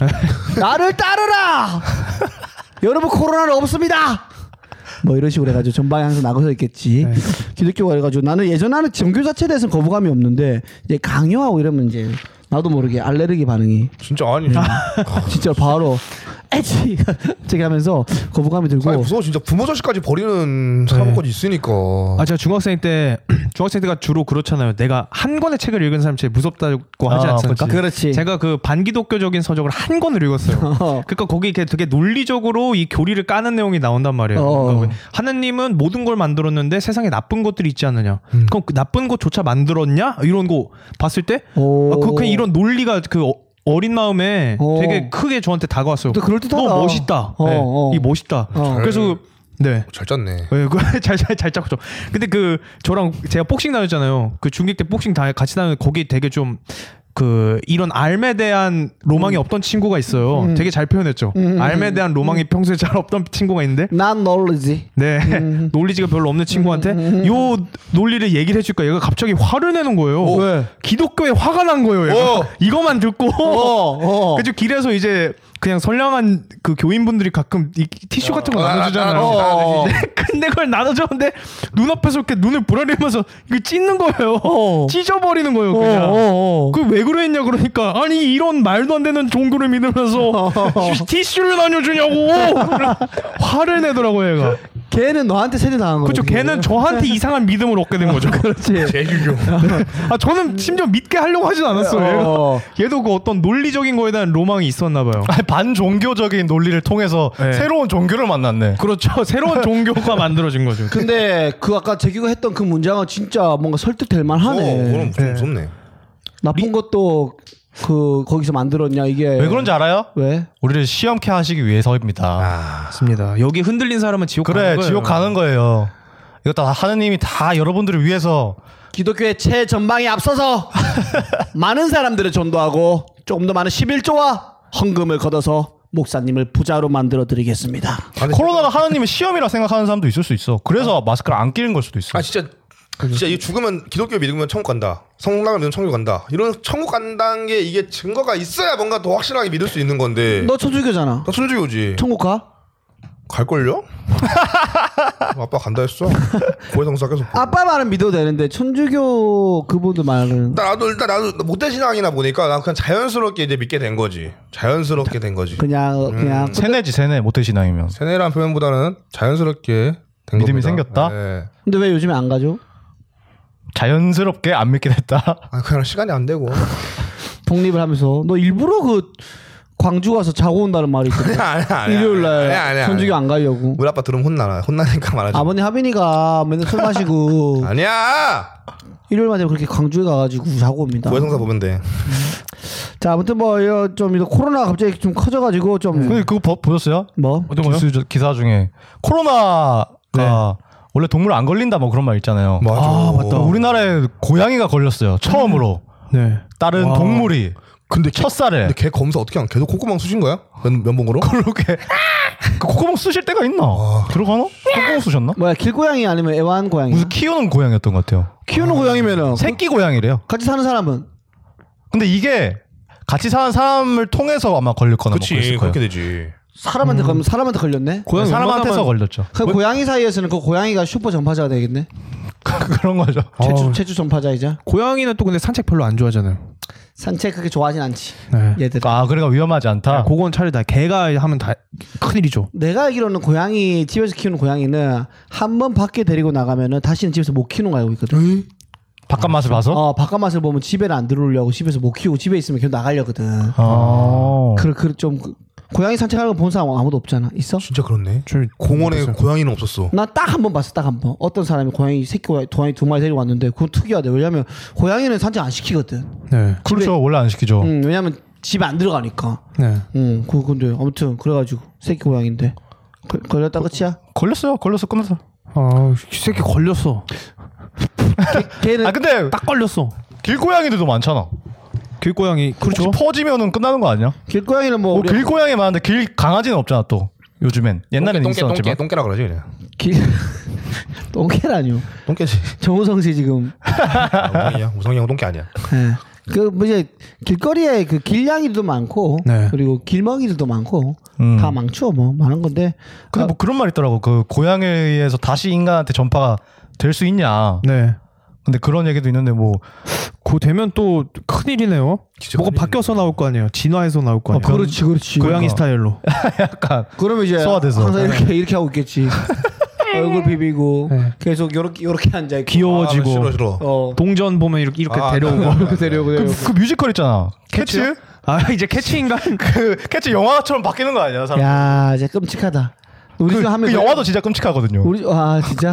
C: 나를 따르라 여러분 코로나는 없습니다 뭐 이런 식으로 해가지고 전방에 항상 나가서 있겠지
D: 네.
C: 기독교가 그래가지고 나는 예전에는 종교 자체에 대해서는 거부감이 없는데 이제 강요하고 이러면 이제 나도 모르게 알레르기 반응이
B: 진짜 아니.
C: 진짜 바로 에치 [laughs] 저기 하면서 거부감이 들고
B: 아니
C: [laughs]
B: 무서워 진짜 부모 자식까지 버리는 사람까지 있으니까.
D: 아 제가 중학생 때 [clears throat] 중학생 때가 주로 그렇잖아요. 내가 한 권의 책을 읽은 사람 제일 무섭다고 하지
E: 아,
D: 않습니까?
E: 그렇지.
C: 그렇지.
D: 제가 그 반기독교적인 서적을 한 권을 읽었어요. 그러니까 거기 이렇게 되게 논리적으로 이 교리를 까는 내용이 나온단 말이에요.
C: 어.
D: 그러니까 왜 하나님은 모든 걸 만들었는데 세상에 나쁜 것들이 있지 않느냐.
C: 음.
D: 그럼 그 나쁜 것조차 만들었냐? 이런 거 봤을 때,
C: 오.
D: 아, 그, 그냥 이런 논리가 그 어, 어린 마음에
C: 어.
D: 되게 크게 저한테 다가왔어요.
C: 또 그럴듯하다.
D: 너 멋있다.
C: 어,
D: 네,
C: 어.
D: 이 멋있다.
C: 어.
D: 그래서 네.
B: 잘 짰네.
D: [laughs] 잘잘잘 잘 잡고 좀. 근데 그 저랑 제가 복싱 다녔잖아요. 그 중딩 때 복싱 다 같이 다녔는데 거기 되게 좀 그 이런 알매 대한 로망이 없던 친구가 있어요. 되게 잘 표현했죠. 알매 대한 로망이 평소에 잘 없던 친구가 있는데
C: 난 놀리지.
D: 네 [laughs] 논리지가 별로 없는 친구한테 요 논리를 얘기를 해줄까 얘가 갑자기 화를 내는 거예요.
C: 왜?
D: 기독교에 화가 난 거예요. 얘가.
B: 오.
D: [laughs] 이거만 듣고
C: 어, 어.
D: [laughs] 그래서 길에서 이제 그냥 선량한 그 교인분들이 가끔 이 티슈 같은 거
B: 어,
D: 나눠주잖아요.
B: 나- 나-
C: 나- 나-
D: [laughs] 근데- 근데 그걸 나눠줬는데 눈앞에서 이렇게 눈을 부라리면서 이거 찢는 거예요.
C: 어.
D: 찢어버리는 거예요. 그냥.
C: 어, 어.
D: 그 왜 그랬냐 그러니까 아니 이런 말도 안 되는 종교를 믿으면서 티슈를 나눠주냐고 화를 내더라고요 얘가
C: 걔는 너한테 세뇌 당한 거야.
D: 그렇죠 걔는 저한테 이상한 믿음을 얻게 된 [laughs] 거죠
C: 그렇지.
D: [laughs]
B: 대유교.
D: 아 저는 심지어 믿게 하려고 하진 않았어요 얘가.
C: 어.
D: 얘도 그 어떤 논리적인 거에 대한 로망이 있었나 봐요
E: 아니, 반종교적인 논리를 통해서
D: 네.
E: 새로운 종교를 만났네.
D: 그렇죠. [laughs] 새로운 종교가 만들어진 거죠.
C: 근데 그 아까 재규가 했던 그 문장은 진짜 뭔가 설득될
B: 어, 그럼
C: 아, 만하네.
B: 좀 무섭네.
C: 나쁜 것도 그 거기서 만들었냐 이게.
E: 왜 그런지 알아요?
C: 왜?
E: 우리를 시험케 하시기 위해서입니다.
B: 아,
D: 맞습니다. 여기 흔들린 사람은 지옥
E: 그래,
D: 가는 거예요.
E: 지옥 가는 거예요. 이거 다 하느님이 다 여러분들을 위해서
C: 기독교의 최전방에 앞서서 [laughs] 많은 사람들을 전도하고 조금 더 많은 11조와 헌금을 걷어서 목사님을 부자로 만들어 드리겠습니다.
E: 코로나가 하느님의 시험이라 생각하는 사람도 있을 수 있어. 그래서 마스크를 안 끼는 걸 수도 있어.
B: 아 진짜 진짜 이 죽으면 기독교 믿으면 천국 간다. 성공당을 믿으면 천국 간다. 이런 천국 간다는 게 이게 증거가 있어야 뭔가 더 확실하게 믿을 수 있는 건데.
C: 너 천주교잖아.
B: 나 순주교지.
C: 천국 가?
B: 갈걸요? 아빠 간다 했어. 고해성사 계속. 보고.
C: 아빠 말은 믿어도 되는데 천주교 그분들 말은
B: 일단 나도 일단 나도 못된 신앙이나 보니까 난 그냥 자연스럽게 이제 믿게 된 거지. 자연스럽게 된 거지.
C: 그냥 그냥
B: 음.
E: 세뇌지 세뇌 모태신앙이면
B: 세뇌란 표현보다는 자연스럽게 된
E: 믿음이
B: 겁니다.
E: 생겼다?
B: 네.
C: 근데 왜 요즘에 안 가죠?
E: 자연스럽게 안 믿게 됐다.
B: 아 그냥 시간이 안 되고.
C: 독립을 하면서 너 일부러 그 광주 가서 자고 온다는 말이
B: [laughs]
C: 있거든.
B: 아니야 아니야.
C: 일요일
B: 아니야, 아니야,
C: 날
B: 아니야.
C: 천주교 안 가려고.
B: 우리 아빠 들으면 혼나 혼나니까 말하지.
C: 아버님 하빈이가 맨날 술 마시고
B: [laughs] 아니야.
C: 일요일만 되면 그렇게 광주에 가가지고 자고 옵니다.
B: 고해성사 보면 돼.
C: 자 아무튼 뭐좀 코로나 갑자기 좀 커져가지고 좀
E: 근데 그거 보- 보셨어요?
C: 뭐?
E: 기사, 기사 중에 코로나가 원래 동물 안 걸린다 뭐 그런 말 있잖아요.
B: 맞아. 아, 맞다.
E: 우리나라에 고양이가 걸렸어요. 처음으로
D: 네.
E: 다른 동물이
B: 근데 걔,
E: 첫살에
B: 근데 걔 검사 어떻게 안? 계속 콧구멍 쑤신 거야? 면, 면봉으로?
E: 그렇게 [laughs] 그 콧구멍 쑤실 때가 있나? 들어가나? 콧구멍 쑤셨나?
C: 뭐야 길고양이 아니면 애완 고양이?
E: 무슨 키우는 고양이였던 것 같아요.
C: 키우는 고양이면은
E: 새끼 고양이래요.
C: 같이 사는 사람은
E: 근데 이게 같이 사는 사람을 통해서 아마 걸릴 거나 뭐 그랬을 거예요.
B: 되지.
C: 사람한테 걸면 사람한테 걸렸네.
D: 고양이
E: 사람한테서
D: 웬만하면-
E: 걸렸죠. [laughs]
C: 그럼 고양이 사이에서는 그 고양이가 슈퍼 전파자가 되겠네.
E: 그런 거죠.
C: 최초 최초 전파자이자
D: 고양이는 또 근데 산책 별로 안 좋아하잖아요.
C: 산책 그렇게 좋아하진 않지.
D: 네.
C: 얘들.
E: 아, 그래가 위험하지 않다.
D: 그건 차라리 다 개가 하면 다 큰일이죠.
C: 내가 알기로는 고양이 집에서 키우는 고양이는 한 번 밖에 데리고 나가면은 다시는 집에서 못 키우는 거 알고 있거든.
E: 바깥 맛을 봐서.
C: 어 바깥 맛을 보면 집에는 안 들어오려고 집에서 못 키우고 집에 있으면 계속 나가려거든.
E: 아.
C: 그래 그좀 고양이 산책하는 거 본 사람 아무도 없잖아. 있어?
B: 진짜 그렇네.
D: 저
B: 공원에 고양이는 없었어.
C: 난 딱 한 번 봤어, 딱 한 번. 어떤 사람이 고양이 새끼 고양이, 고양이 두 마리 데리고 왔는데 그건 특이하대. 왜냐면 고양이는 산책 안 시키거든.
D: 네.
E: 그렇죠. 원래 안 시키죠.
C: 음, 왜냐면 집에 안 들어가니까.
D: 네.
C: 음, 그 근데 아무튼 그래가지고 새끼 고양인데 그, 걸- 걸렸다 끝이야.
E: 걸렸어요. 걸렸어. 끝났어.
D: 아, 이 새끼 걸렸어.
C: 걔는
E: 아, 근데
D: 딱 걸렸어.
E: 길고양이들도 많잖아.
D: 길고양이
E: 혹시
D: 그렇죠.
E: 퍼지면은 끝나는 거 아니야?
C: 길고양이는 뭐
E: 뭐
C: 우리-
E: 길고양이 많은데 길 강아지는 없잖아 또. 요즘엔 옛날엔
B: 똥개, 똥개, 똥개,
E: 있었지만
B: 똥개라 그러지 그냥.
C: 길 [laughs] 똥개라뇨.
E: [laughs]
B: 똥개지.
C: 정우성 씨 지금.
B: 아, 우성이야. 우성이 형 똥개 아니야.
C: 예. 그 뭐지 길거리에 그 길냥이들도 많고
D: 네.
C: 그리고 길멍이들도 많고
E: 음.
C: 다 많죠 뭐 많은 건데.
E: 근데 뭐 그런 말 있더라고 그 고양이에서 다시 인간한테 전파가 될 수 있냐
D: 네.
E: 근데 그런 얘기도 있는데 뭐
D: 그 되면 또 큰일이네요.
B: 진짜
D: 뭐가
B: 큰일이네.
D: 바뀌어서 나올 거 아니에요. 진화해서 나올 거 아니에요. 아,
C: 그렇지 그렇지.
D: 고양이
E: 그러니까.
D: 스타일로.
E: 약간
C: 그러면 이제
E: 소화돼서.
C: 항상 이렇게 이렇게 하고 있겠지. 얼굴 비비고 계속 요렇게 요렇게 앉아 있고.
D: 귀여워지고.
B: 아, 싫어 싫어.
C: 어.
D: 동전 보면 이렇게 이렇게
B: 아,
D: 데려오고.
C: 이렇게 데려오고
E: 그,
C: 데려오고.
E: 그 뮤지컬 있잖아
D: [laughs]
E: 캐치
D: 캐치요? 아 이제 [laughs] 캐치인가?
E: 그 캐치 영화처럼 바뀌는 거 아니야 사람
C: 야, 이제 끔찍하다. 우리
E: 그,
C: 집 하면
E: 그 영화도 진짜 끔찍하거든요
C: 우리 아 진짜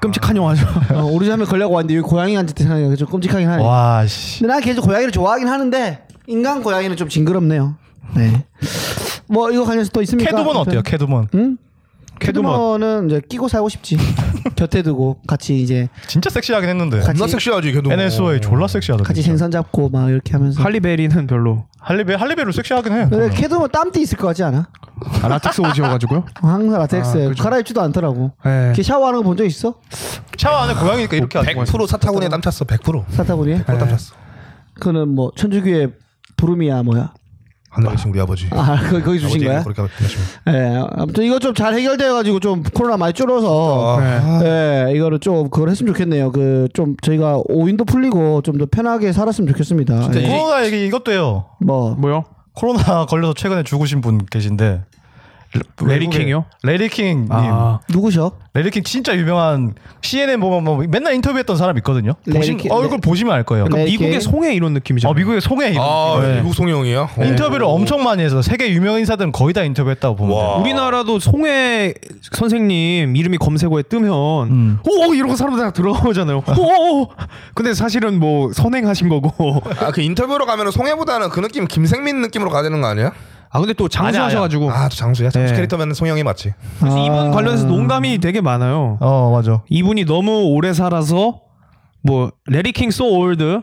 D: 끔찍한 영화죠.
C: 어, 우리 집 하면 걸려고 왔는데 여기 고양이 앉을 때 생각이 좀 끔찍하긴 하네.
E: 와씨
C: 근데 난 계속 고양이를 좋아하긴 하는데 인간 고양이는 좀 징그럽네요. 네. 뭐 이거 관련해서 또 있습니까?
E: 캐두먼 어때요 캐두먼
C: 응?
D: 캐드먼.
C: 캐드먼은 이제 끼고 살고 싶지. [laughs] 곁에 두고 같이 이제
E: 진짜 섹시하긴 했는데.
B: 존나 섹시하지 걔도
E: NSOA 졸라 섹시하다.
C: 같이
E: 진짜.
C: 생선 잡고 막 이렇게 하면서.
D: 할리베리는 별로
E: 할리베 할리베로 섹시하긴 해.
C: 근데 캐드먼 땀띠 있을 거 같지 않아?
D: 아, 라텍스 [laughs] 옷이어가지고요.
C: 항상 라텍스
D: 아,
C: 에
D: 그죠.
C: 갈아입지도 않더라고.
D: 예.
C: 걔 샤워하는 거 본 적 있어?
E: 샤워 안에 고양이니까 이렇게 하지. 네.
B: 100% 사타구니에 땀 찼어 100%
C: 사타구니에?
B: 땀 찼어
C: 그는 뭐 천주교의 부름이야 뭐야?
B: 하늘에 계신 우리 아버지
C: 아 거기, 거기 주신
B: 아버지
C: 거야?
B: 그렇게 하시면
C: 예. 아무튼 이거 좀 잘 해결돼가지고 좀 코로나 많이 줄어서
B: 아,
E: 네.
D: 예.
C: 예, 이거를 좀 그걸 했으면 좋겠네요. 그 좀 저희가 오인도 풀리고 좀 더 편하게 살았으면 좋겠습니다.
B: 진짜
C: 예.
B: 이-
E: 코로나 얘기 이것도 해요.
C: 뭐
D: 뭐요?
E: 코로나 걸려서 최근에 죽으신 분 계신데
D: 레리
E: 외국에-
D: 킹이요?
E: 레리 킹님.
D: 그 아,
C: 누구셔?
E: 레리 킹 진짜 유명한 CNN 보면 뭐 맨날 인터뷰했던 사람 있거든요.
C: 레리
E: 보시,
C: 킹-
E: 얼굴
C: 레-
E: 보시면 알 거예요.
C: 레- 네, 이렇게.
D: 아, 미국의 송해 이런 느낌이죠.
E: 어, 미국의 송해 이런
B: 아
E: 느낌.
B: 미국 송영이야
E: 네. 인터뷰를 엄청 많이 해서 세계 유명 인사들은 거의 다 인터뷰했다고 보면
B: 와.
E: 돼요.
D: 아. 우리나라도 송해 선생님 이름이 검색어에 뜨면
E: 음.
D: 오오 이러고 사람들 다 들어오잖아요. 오오. 근데 사실은 뭐 선행하신 거고.
B: 아그 인터뷰로 가면은 송혜보다는 그 느낌 김생민 느낌으로 가야 되는 거 아니야?
D: 아 근데 또 장수하셔가지고
B: 아 장수야 장수
D: 네.
B: 캐릭터면 송영이 맞지
D: 그래서 이분 관련해서 농담이 되게 많아요.
E: 어 맞아.
D: 이분이 너무 오래 살아서 뭐 레리 킹 소 올드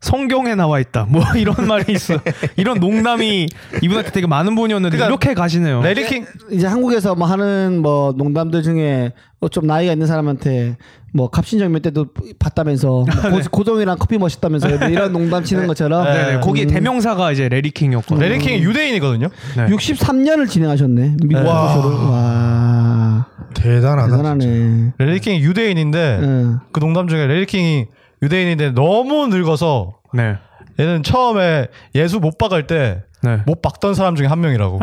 D: 성경에 나와 있다. 뭐 [laughs] 이런 말이 있어. 이런 농담이 이분한테 되게 많은 분이었는데
E: 그러니까
D: 이렇게 가시네요.
E: 레리 킹
C: 이제 한국에서 뭐 하는 뭐 농담들 중에 뭐좀 나이가 있는 사람한테 뭐 갑신정면 때도 봤다면서 뭐 고, 고동이랑 커피 멋있다면서 이런 농담 치는 것처럼 음.
D: 네네. 거기 대명사가 이제 레리 킹이었고.
E: 레리 킹 유대인이거든요.
D: 음. 네.
C: 63년을 진행하셨네 미국
E: 네.
C: 와. 와
B: 대단하다
C: 대단하네.
E: 레리 킹 유대인인데
C: 응.
E: 그 농담 중에 레리 킹이 유대인인데 너무 늙어서
D: 네.
E: 얘는 처음에 예수 못 박을 때 못
D: 네.
E: 박던 사람 중에 한 명이라고.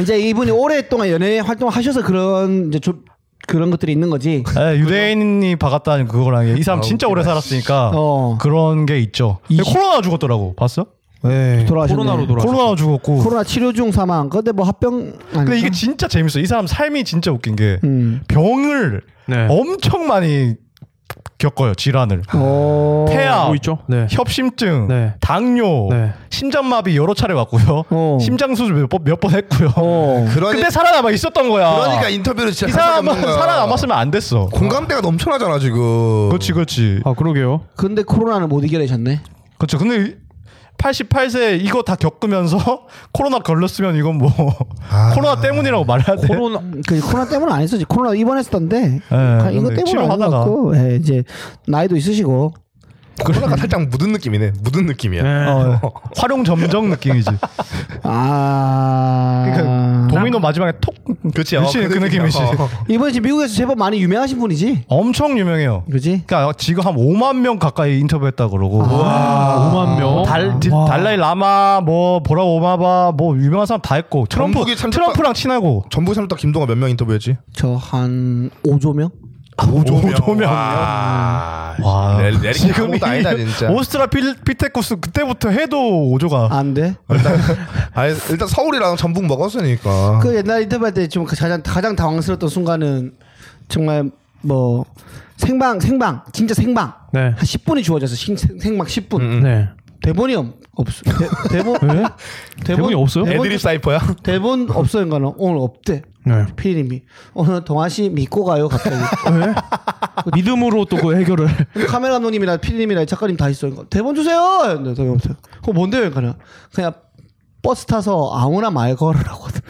C: 이제 이분이 오랫동안 연애 활동을 하셔서 그런 이제 좀 그런 것들이 있는 거지.
E: 네, 유대인이 박았다는 그거랑 이
D: 아,
E: 사람 진짜 오래 살았으니까
C: 어.
E: 그런 게 있죠. 네, 코로나 죽었더라고 봤어?
C: 돌아가셨네.
D: 코로나로 돌아가셨
E: 코로나 죽었고.
C: 코로나 치료 중 사망. 근데 뭐 합병 아니.
E: 근데 이게 진짜 재밌어. 이 사람 삶이 진짜 웃긴 게
C: 음.
E: 병을
D: 네.
E: 어? 엄청 많이 겪어요 질환을.
C: 어.
E: 폐암,
D: 뭐 있죠?
E: [laughs]
D: 네.
E: 협심증,
D: 네.
E: 당뇨,
D: 네.
E: 심장마비 여러 차례 왔고요.
C: 어.
E: 심장 수술 몇번 몇 번 했고요.
C: 어.
B: 그러니,
E: 근데 살아남아 있었던 거야.
B: 그러니까 인터뷰를 진짜
E: 이
B: 할 수밖에
E: 사람은
B: 없는 거야.
E: 살아남았으면 안 됐어.
B: 공감대가 넘쳐나잖아 지금
E: 그렇지, 그렇지.
D: 아 그러게요.
C: 근데 코로나는 못 이겨내셨네.
E: 그렇죠. 근데 88세 이거 다 겪으면서 [laughs] 코로나 걸렸으면 이건 뭐
B: 아.
E: 코로나 때문이라고 말해야 돼.
D: 코로나
C: 그 코로나 때문은 안 했었지. 코로나 입원했었던데. 아, 이거
E: 예, 근데
C: 때문에 안
E: 치료하다가.
C: 갔고 예, 이제 나이도 있으시고
B: 코로나가 살짝 묻은 느낌이네 묻은 느낌이야
E: 어, 활용 점정 느낌이지.
C: 아
E: 그러니까 도미노 마지막에 톡
B: 그치 어.
E: 미치는 그
B: 그러니까.
E: 느낌이지.
C: 이번에 지금 미국에서 제법 많이 유명하신 분이지.
E: 엄청 유명해요.
C: 그지?
E: 그러니까 지금 한 5만 명 가까이 인터뷰했다 그러고. 뭐
D: 아, 5만 명.
E: 어, 달, 디- 달라이 라마 뭐 보라 오마바 뭐 유명한 사람 다 했고 트럼프
B: 전북이 참-
E: 트럼프랑 친하고
B: [laughs] 전부 삼다 김동아 몇 명 인터뷰했지?
C: 저 한 5조 명?
E: 5조 명.
B: 와,
E: 와.
B: 레- 레리
E: 지금
B: 지금 아니다
E: 이거
B: 진짜.
E: 오스트라 필- 피테쿠스 그때부터 해도 5조가
C: 안 돼?
E: 어.
B: 일단, 아니, 일단 서울이랑 전북 먹었으니까.
C: 그 옛날 인터뷰할 때 좀 가장 가장 당황스러웠던 순간은 정말 뭐 생방 생방 진짜 생방
D: 네.
C: 한 10분이 주어져서 신, 생- 생방 10분
D: 네.
C: 대본이 없, 없어 대, 대본
D: [laughs] 대본이 없어요?
B: 애드립 사이퍼야? [laughs]
C: 대본 없어요 인간은 오늘 없대
D: 네.
C: 피디님이 오늘 동아씨 믿고 가요
D: [laughs]
C: 갑자기
D: 믿음으로 또 그 해결을.
C: 카메라 감독님이나 피디님이나 작가님 다 있어. 그러니까 대본 주세요. 근데 대본 없어요. 그거 뭔데요? 그러니까 그냥 버스 타서 아무나 말 걸으라거든.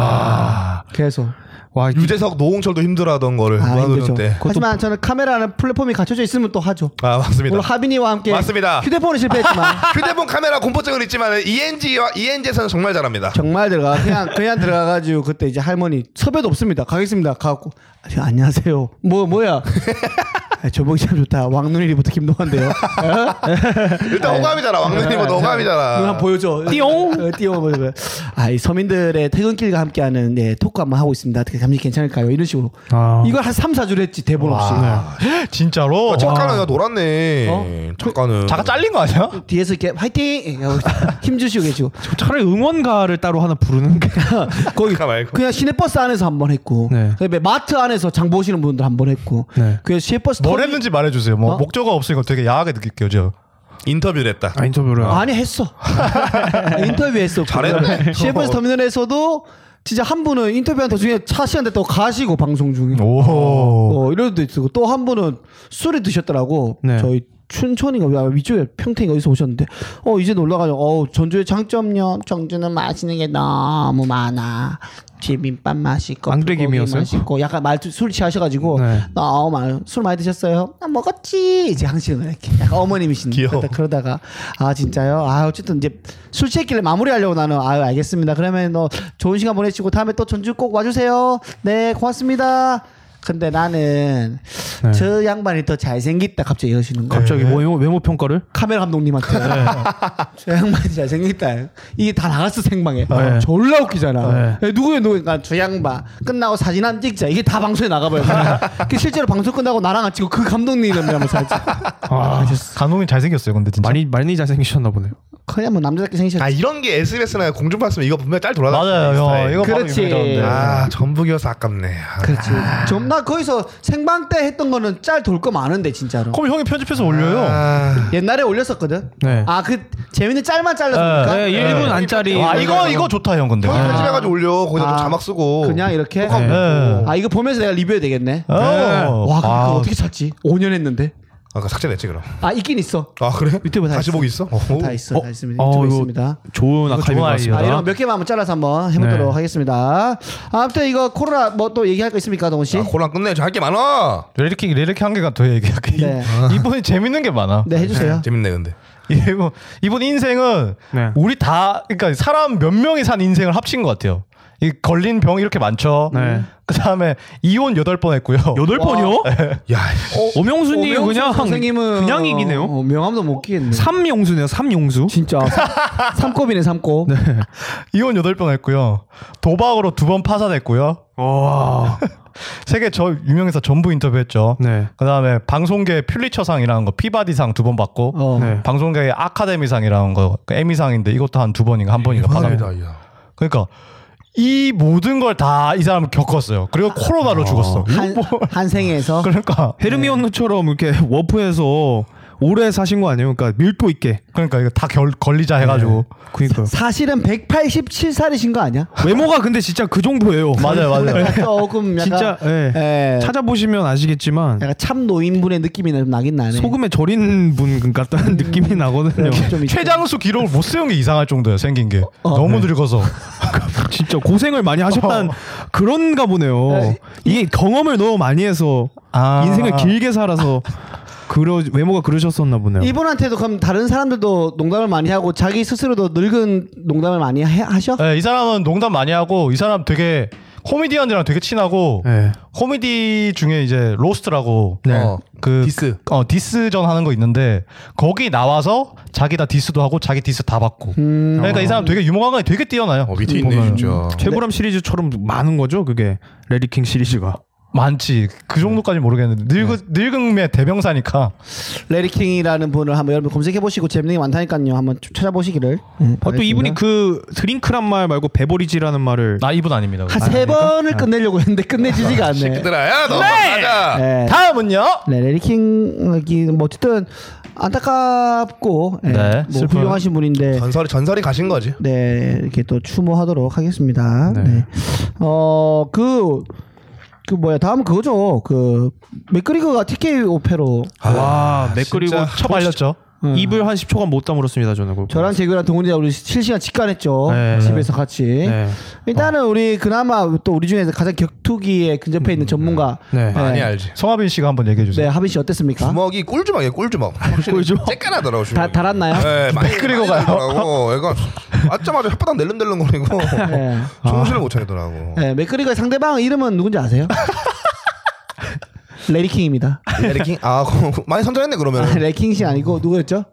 D: 와.
C: 계속.
D: 와.
B: 유재석, 노홍철도 힘들어하던 거를
C: 아
B: 모아두는
C: 힘들죠.
B: 때.
C: 하지만 저는 카메라는 플랫폼이 갖춰져 있으면 또 하죠.
B: 아 맞습니다.
C: 물론 하빈이와 아, 함께
B: 맞습니다.
C: 휴대폰은 실패했지만
B: 휴대폰 카메라 공포증은 있지만 E ENG와 ENG에서는 정말 잘합니다.
C: 정말 들어가 그냥 그냥 들어가가지고 그때 이제 할머니 섭외도 없습니다. 가겠습니다. 가고 아, 안녕하세요. 뭐 뭐야? 아, 저보기 참 좋다. 왕눈이부터 김동환데요.
B: 일단
C: 네.
B: 호감이잖아. 왕눈님은
C: 누나
B: 호감이잖아.
C: 보여줘. 어, 띠용. 띠용. 보여줘요. 아, 이 서민들의 퇴근길과 함께하는 네, 토크 한번 하고 있습니다. 어떻게 잠시 괜찮을까요? 이런 식으로.
D: 아.
C: 이걸 한 3, 4주를 했지, 대본 없이.
E: 아. [laughs] 진짜로 아.
B: 어, 잠깐은 야, 놀았네.
C: 어?
B: 잠깐은.
E: 자가 잘린 거 아니야?
C: 네. 뒤에서 이렇게 화이팅! 이러고 [laughs] 힘주시고 계시고.
D: 차라리 응원가를 따로 하나 부르는 게.
C: 거기
B: 아까 말고.
C: 그냥 시내버스 안에서 한 번 했고.
D: 네.
C: 그다음에 마트 안에서 장 보시는 분들 한 번 했고.
D: 네.
C: 그래서 시내버스
E: 뭘
C: 터미-
E: 했는지 말해주세요. 뭐
C: 어?
E: 목적어 없으니까 되게 야하게 느낄게요. 저
B: 인터뷰를 했다.
D: 아 인터뷰를. [laughs]
C: 아니 했어. 인터뷰 했어.
B: 잘했네.
C: 시내버스 터미널에서도 진짜 한 분은 인터뷰한 도중에 차 시간 됐다고 가시고 방송 중에
D: 어.
E: 오.
C: 어, 이런 데도 있고 또 한 분은 술을 드셨더라고
D: 네.
C: 저희 춘천인가 아, 위쪽에 평택인가 어디서 오셨는데 어 이제 놀라가지고 어 전주의 장점요 전주는 맛있는 게 너무 많아 비빔밥 맛있고
D: 앙배김이었어요?
C: 불고기 맛있고 약간 말투 술 취하셔가지고
D: 네.
C: 너무 많이 술 많이 드셨어요 나 먹었지 이제 항시는 이렇게 약간 어머님이신
B: 귀여워.
C: 그러다- 그러다가 아 진짜요 아 어쨌든 이제 술 취했길래 마무리하려고 나는 아 알겠습니다 그러면 너 좋은 시간 보내시고 다음에 또 전주 꼭 와주세요 네 고맙습니다 근데 나는 저 양반이 더 잘생겼다 갑자기 이러시는 거예요
D: 갑자기 뭐 외모, 외모 평가를?
C: 카메라 감독님한테
D: 네.
C: [laughs] 저 양반이 잘생겼다 이게 다 나갔어 생방에
D: 네.
C: 졸라 웃기잖아 야, 누구야 누구야 그러니까 저 양반 끝나고 사진 한 번 찍자 이게 다 방송에 나가버렸어
D: 네.
C: 그 실제로 방송 끝나고 나랑 안 찍고 그 감독님이라면서 살짝
D: 아,
E: 감독님 잘생겼어요, 근데 진짜.
D: 많이 많이 잘생기셨나 보네요.
C: 그냥 뭐 남자답게 생기셨지
B: 아 이런 게 SNS나 공중 봤으면 이거 분명 짤 돌아다.
E: 맞아요, 형. 이거 바로
C: 그렇지.
E: 유명해졌는데.
B: 아 전북이어서 아깝네. 아,
C: 그렇지. 좀 나 거기서 생방 때 했던 거는 짤 돌 거 많은데 진짜로.
E: 그럼 형이 편집해서 올려요.
B: 아,
C: 옛날에 올렸었거든.
D: 네.
C: 아 그 재밌는 짤만 잘라서
D: 네,
C: 그러니까?
D: 1분 안짜리.
E: 아, 이거 이거 좋다, 형 근데.
B: 형이 편집해가지고 올려. 거기다
C: 네. 아,
B: 또 자막 쓰고.
C: 그냥 이렇게.
E: 예.
C: 아 이거 보면서 내가 리뷰해야 되겠네.
E: 어.
C: 와 근데
E: 아,
C: 그걸 어떻게 찾지? 5년 했는데.
B: 아까 삭제됐지 그럼.
C: 아 있긴 있어.
B: 아 그래?
C: 유튜브 다
B: 다시
C: 있어.
B: 보기 있어? 어.
C: 다 있어. 다 있습니다.
D: 어,
C: 유튜브
D: 이거
C: 있습니다.
D: 좋은 아카이브인 것
E: 좋아요.
D: 같습니다.
C: 아, 이런 몇 개만 한번 잘라서 한번 해보도록
D: 네.
C: 하겠습니다. 아무튼 이거 코로나 뭐 또 얘기할 거 있습니까, 동훈 씨?
B: 아, 코로나 끝내. 저 할 게 많아.
E: 레리킹 레리킹 한 개가 더 얘기할게.
C: 네.
E: [laughs] 이번이 재밌는 게 많아.
C: 네 해주세요.
B: 재밌네 근데.
E: 예, 이번 이번 인생은
D: 네.
E: 우리 다 그러니까 사람 몇 명이 산 인생을 합친 것 같아요. 이 걸린 병이 이렇게 많죠.
D: 네.
E: 그다음에 이혼 여덟 번 했고요.
D: 여덟 번이요?
B: 야
D: 오명수님
C: 어, 명수
D: 네. 그냥
C: 선생님은
D: 그냥 이기네요.
C: 어, 명함도 못 끼겠네.
D: 삼용수네요. 삼용수.
C: 진짜 삼- 삼꼽이네 삼꼽.
E: [laughs] 이혼 여덟 번 했고요. 도박으로 두 번 파산했고요.
D: [laughs] 와.
E: 세계 저 유명해서 전부 인터뷰했죠.
D: 네.
E: 그다음에 방송계 퓰리처상이라는 거 피바디상 두 번 받고
C: 어.
D: 네.
E: 방송계 아카데미상이라는 거그 에미상인데 이것도 한 두 번인가 한
D: 네,
E: 번인가 받았고.
B: 대박이다 야.
E: 그러니까 이 모든 걸 다 이 사람은 겪었어요. 그리고
D: 아.
E: 코로나로 죽었어.
C: 한, 한 생에서
E: 그러니까
D: 헤르미온느처럼 이렇게 워프에서 오래 사신 거 아니에요? 그러니까 밀도 있게.
E: 그러니까 이거 다 결, 걸리자 해가지고
D: 그니까
C: 사실은 187살이신 거 아니야?
D: 외모가 근데 진짜 그 정도예요.
E: 네. 맞아요 맞아요
C: 조금 약간
D: 진짜 예.
C: 예,
D: 찾아보시면 아시겠지만
C: 약간 참 노인분의 느낌이 좀 나긴 나네.
D: 소금에 네. 절인 분 같다는
C: 음.
D: 느낌이 나거든요.
C: 좀 있죠.
E: 최장수 기록을 못 세운 게 이상할 정도예요 생긴 게 너무 어, 늙어서 네.
D: 진짜 고생을 많이 하셨다는 그런가 보네요.
C: 네.
D: 이게 경험을 너무 많이 해서
E: 아.
D: 인생을 길게 살아서 그러 외모가 그러셨었나 보네요.
C: 이분한테도 그럼 다른 사람들도 농담을 많이 하고 자기 스스로도 늙은 농담을 많이 해- 하셔?
E: 네, 이 사람은 농담 많이 하고 이 사람 되게 코미디언들이랑 되게 친하고
D: 네.
E: 코미디 중에 이제 로스트라고
D: 네.
B: 어,
E: 그
B: 디스.
E: 어 디스전 하는 거 있는데 거기 나와서 자기 다 디스도 하고 자기 디스 다 받고
C: 음.
E: 그러니까 이 사람 되게 유머 감각이 되게 뛰어나요
B: 어 밑에 있네
E: 보면.
B: 진짜.
D: 최불암 시리즈처럼 많은 거죠, 그게 레리킹 시리즈가.
E: 많지 그 정도까지 는 모르겠는데 늙은 늙은의 대명사니까
C: 레리킹이라는 분을 한번 여러분 검색해 보시고 재밌는 게 많다니까요. 한번 쭉 찾아보시기를. 네,
D: 아, 또 이분이 그 드링크란 말 말고 베버리지라는 말을
E: 나 이분 아닙니다
C: 한세 번을 끝내려고 했는데 끝내지지가 않네.
B: 얘들아 야 너무 맞아.
C: 예.
E: 다음은요
C: 네, 레리킹 여기 뭐 어쨌든 안타깝고 예,
E: 네,
C: 뭐
E: 슬퍼요.
C: 훌륭하신 분인데
B: 전설이 전설이 가신 거지.
C: 네 이렇게 또 추모하도록 하겠습니다. 네. 어그 그 뭐야 다음 은 그거죠. 그 맥그리거가 TK 오페로
D: 와, 맥그리고
B: 진짜.
E: 첫 알렸죠
D: 입을 한 10초간 못 다물었습니다, 저는. 그거.
C: 저랑 재규랑 동훈이랑 우리 실시간 직관했죠.
D: 네.
C: 집에서 같이.
D: 네.
C: 일단은 우리 그나마 또 우리 중에서 가장 격투기에 근접해 있는 전문가.
D: 네.
B: 많이 알지.
E: 성화빈 씨가 한번 얘기해
C: 네,
E: 주세요
C: 하빈 씨 어땠습니까?
B: 주먹이 꿀주먹이야 꿀주먹. 꿀주먹. 쬐깐하더라고
C: 다
B: 주먹.
C: 달았나요?
B: 예, 많이
E: 그리고
B: 많이
E: 가요.
B: 들더라고. 얘가 맞자마자 혓바닥 낼름낼름거리고
C: 네.
B: 정신을 못 차리더라고.
C: 네, 맥그리거의 상대방 이름은 누군지
D: [laughs]
C: 아세요? 레리킹입니다.
B: 에리킹 아 그- 많이 선전했네 그러면.
C: 아, [laughs] 레킹 씨 아니고 누구였죠?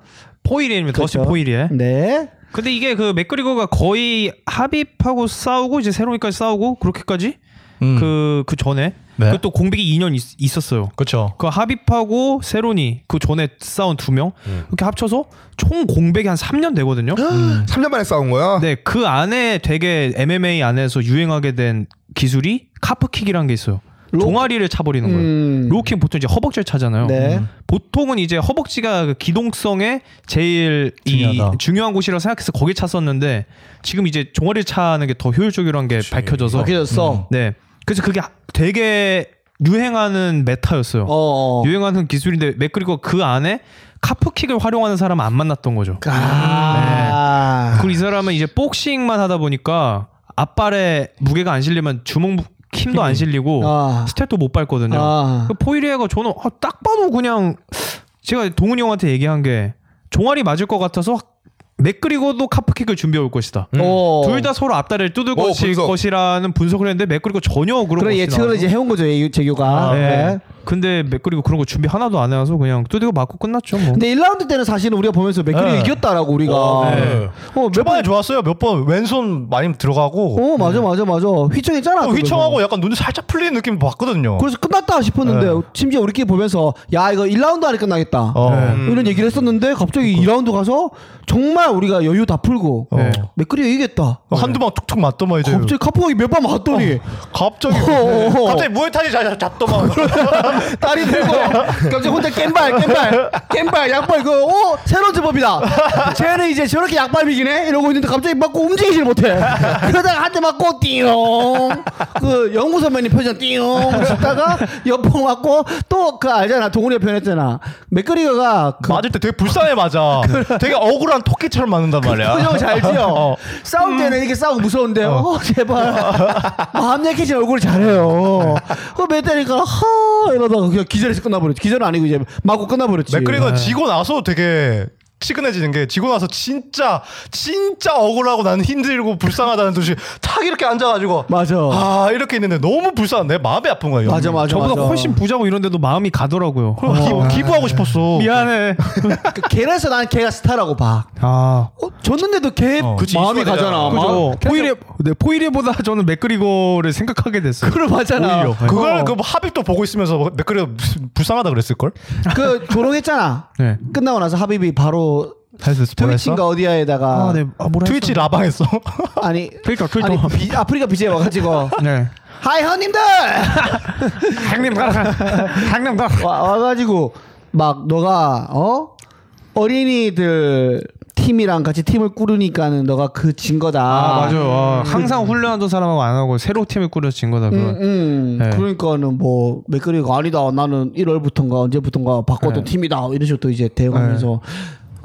D: 포일이입니다. 더시
C: 그렇죠.
D: 포일이에.
C: 네.
D: 근데 이게 그 맥그리거가 거의 합입하고 싸우고 이제 새로이까지 싸우고 그렇게까지
C: 네.
E: 음.
D: 그 그 전에
E: 네.
D: 그 또 공백이 2년 있, 있었어요.
E: 그렇죠
D: 그 합입하고 세로니 그 전에 싸운 두 명
E: 음.
D: 이렇게 합쳐서 총 공백이 한 3년 되거든요.
B: 3년 만에 싸운
E: 아.
B: 거야.
D: 네, 그 안에 되게 MMA 안에서 유행하게 된 기술이 카프킥이라는 게 있어요. 종아리를 차버리는 거예요.
C: 음.
D: 로우킥은 보통 이제 허벅지를 차잖아요.
C: 네.
D: 음. 보통은 이제 허벅지가 그 기동성에 제일 이
E: 중요하다.
D: 중요한 곳이라고 생각해서 거기에 찼었는데 지금 이제 종아리를 차는 게 더 효율적이라는 게
E: 그렇죠.
D: 밝혀져서
C: 바뀌어졌어.
D: 네. 그래서 그게 되게 유행하는 메타였어요.
C: 어. 어.
D: 유행하는 기술인데 맥 그리고 그 안에 카프킥을 활용하는 사람 안 만났던 거죠.
C: 그, 아.
D: 그리고 이 사람은 이제 복싱만 하다 보니까 앞발에 무게가 안 실리면 주먹 무- 힘도 안 실리고
C: 아.
D: 스텝도 못 밟거든요.
C: 아.
D: 그 포이리에가 저는 아, 딱 봐도 그냥 제가 동훈이 형한테 얘기한 게 종아리 맞을 것 같아서 맥그리고도 카프킥을 준비해 올 것이다.
C: 어.
D: 네. 그, 둘 다 서로 앞다리를 뜯을
B: 오,
D: 것일
B: 분석.
D: 것이라는 분석을 했는데 맥그리고 전혀 그런
C: 그런
D: 것이
C: 예측을
D: 나와서.
C: 이제 해온 거죠 이 재규가.
D: 아,
C: 네.
D: 네. 근데 맥그리고 그런 거 준비 하나도 안 해와서 그냥 뚜디고 맞고 끝났죠 뭐.
C: 근데 1라운드 때는 사실은 우리가 보면서 맥클이
E: 네.
C: 이겼다라고 우리가.
E: 어, 네.
C: 어, 몇
E: 초반에
C: 번.
E: 좋았어요. 몇 번 왼손 많이 들어가고
C: 어 맞아 맞아 맞아. 휘청했잖아.
E: 또
C: 그거.
E: 네. 어, 휘청하고 약간 눈이 살짝 풀리는 느낌 봤거든요.
C: 그래서 끝났다 싶었는데
E: 네.
C: 심지어 우리끼리 보면서 야 이거 1라운드 안에 끝나겠다.
E: 어.
C: 이런 얘기를 했었는데 갑자기 2라운드 가서 정말 우리가 여유 다 풀고
E: 어.
C: 맥클이가 이겼다.
E: 한두 방 툭툭 맞더만 이제.
C: 갑자기 카푸가 몇번 맞더니
E: 갑자기
C: 어, 그러니까. 어.
E: 갑자기 무에타이 자- 잡더만.
C: 딸이 들고 갑자기 혼자 깸발 깸발 깸발 약발 그 어? 새로운 제법이다 쟤는 이제 저렇게 약발이기네 이러고 있는데 갑자기 맞고 움직이질 못해 그러다가 한 대 맞고 띠용 그 영구 선배님 표정 띠용 짓다가 옆봉 맞고 또 그 알잖아 동훈이가 표현했잖아 맥그리거가 그
E: 맞을 때 되게 불쌍해 맞아. 되게 억울한 토끼처럼 맞는단 말이야.
C: 그러니까. 그 표정 잘 지어
E: 어.
C: 싸울 때는 이렇게 싸우고 무서운데 어, 제발 마음 약해진 얼굴 잘해요 어, 그몇 대니까 허 이러다가 그냥 기절해서 끝나버렸지 기절은 아니고 이제 맞고 끝나버렸지 네.
E: 네, 맥그리가 지고 나서 되게 치근해지는 게 지고 나서 진짜 진짜 억울하고 나는 힘들고 불쌍하다는 듯이 탁 이렇게 앉아가지고
C: 맞아.
E: 아 이렇게 있는데 너무 불쌍한데 마음이 아픈 거예요.
C: 맞아 맞아
D: 저보다
C: 맞아.
D: 훨씬 부자고 이런데도 마음이 가더라고요.
E: 그럼 기, 부하고 싶었어.
D: 미안해.
C: 그 걔라서 난 걔가 스타라고 봐
D: 아.
C: 어, 졌는데도 걔
E: 그치,
C: 마음이
E: 이슈가
C: 가잖아
E: 되잖아.
D: 그죠.
C: 마음-
D: 포이레 네, 포이레보다 저는 맥그리고를 생각하게 됐어요.
C: 그걸 봤잖아
D: 오히려.
E: 그걸
C: 어.
E: 그 합입도 보고 있으면서 뭐 맥그리가 불쌍하다 그랬을 걸?
C: 그 조롱했잖아
D: 네.
C: 끝나고 나서 하비비 바로
E: 다시
C: 트위치인가 어디야에다가
D: 아, 네. 아, 뭐라
E: 트위치 라방했어.
C: 아니
D: 트위터, 트위터.
C: 아니 비- 아프리카 BJ 와가지고
D: 했어? 네.
C: 하이 형님들
D: 강남 가라. 강남 가라.
C: 와, 와가지고 막 너가 어 어린이들 팀이랑 같이 팀을 꾸르니까는 너가 그 진 거다.
D: 아, 맞아요. 아, 항상 훈련하던 사람하고 안 하고 새로 팀을 꾸려진 거다. 그건.
C: 음,
D: 네.
C: 그러니까는 뭐 맥그리가 아니다. 나는 1월부터인가 언제부터인가
D: 네.
C: 바꿨던 팀이다. 이런 식으로 또 이제 대응하면서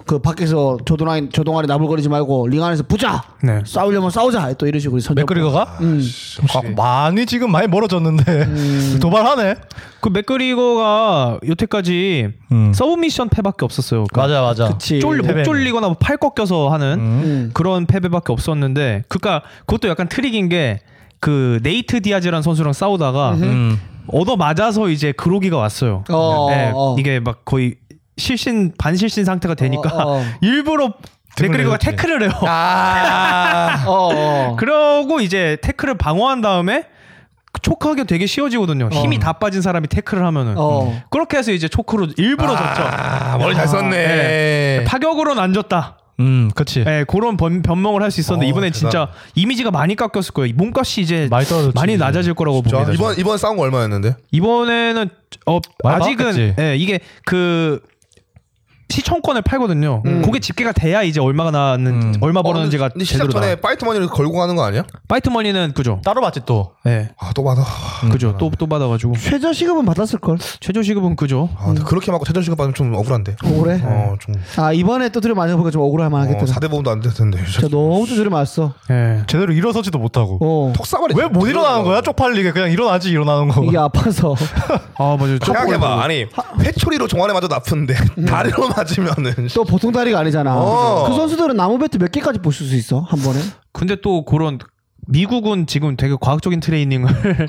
C: 그 밖에서 조동아리 조동아리 나불거리지 말고 링 안에서 부자.
D: 네.
C: 싸우려면 싸우자. 또 이런 식으로 음. 선전.
E: [laughs] 맥그리거가 아, 많이 지금 많이 멀어졌는데 음. 도발하네.
D: 그 맥그리거가 여태까지
E: 음.
D: 서브미션 패밖에 없었어요. 그러니까
E: 맞아 맞아.
C: 그치.
D: 쫄, 목
E: 패배는.
D: 쫄리거나 뭐팔 꺾여서 하는
C: 음.
D: 그런 패배밖에 없었는데, 그러니까 그니까 그것도 약간 트릭인 게 그 네이트 디아즈라는 선수랑 싸우다가
E: 음.
D: 얻어 맞아서 이제 그로기가 왔어요.
C: 어,
D: 네,
C: 어.
D: 이게 막 거의 실신 반실신 상태가 되니까
C: 어, 아. 어.
D: [laughs] 일부러
E: 등을
D: 맥그리거가
E: 내렸지.
D: 태클을 해요.
C: 어, 어.
D: [laughs] 그러고 이제 태클을 방어한 다음에 초크하기 되게 쉬워지거든요. 힘이 다 빠진 사람이 태클을 하면은
C: 어.
D: 그렇게 해서 이제 초크로 일부러
B: 아, 머리 잘 썼네.
D: 졌죠. 파격으로는 안 졌다.
E: 음, 그치.
D: 예, 그런 번, 변명을 할 수 있었는데
B: 어,
D: 이번엔 진짜 이미지가 많이 깎였을 거예요. 몸값이 이제
E: 많이 떨어졌지.
D: 많이 낮아질 거라고
B: 저
D: 봅니다.
B: 이번 이번 싸운 거 얼마였는데?
D: 이번에는 어
E: 많이
D: 아직은
E: 바뀌었지.
D: 예, 이게 그 시청권을 팔거든요. 그게 집계가 돼야 이제 얼마가 나는
E: 음.
B: 음.
D: 얼마
B: 어, 근데
D: 버는지가
B: 근데
D: 아, 제대로
B: 시작 전에
D: 나와요.
B: 파이트 머니를 걸고 가는 거 아니야?
D: 파이트 머니는 그죠.
E: 따로 봤지 또.
D: 예.
B: 아 또 받아.
D: 그죠. 또 또 받아 가지고
C: 최저 시급은 받았을 걸.
D: 최저 시급은 그죠.
B: 아, 근데 그렇게 맞고 최저시급 받으면 좀 억울한데.
C: 억울해.
B: 어, 좀
C: 아 이번에 또 들여 맞아 보니까 좀 억울할
B: 어,
C: 만하겠더라.
B: 4대 보험도 안 될 텐데.
C: 저 너무 또 들여 맞았어.
D: 예.
E: 제대로 일어서지도 못하고.
C: 어.
B: 톡사발이.
E: 왜 못 일어나는 거야? 쪽팔리게 그냥 일어나지 일어나는 거. [laughs]
C: 이게 [laughs] 아파서.
D: 아, 맞아요. 저-
B: 생각해봐. 아니 회초리로 종아리 맞아도 나쁜데 [laughs] 다리로 맞으면은.
C: 또 보통 다리가 아니잖아.
B: 어.
C: 그 선수들은 나무 배트 몇 개까지 보실 수 있어 한 번에?
D: 근데 또 그런 미국은 지금 되게
B: [laughs]
D: 과학적인 트레이닝을 [laughs]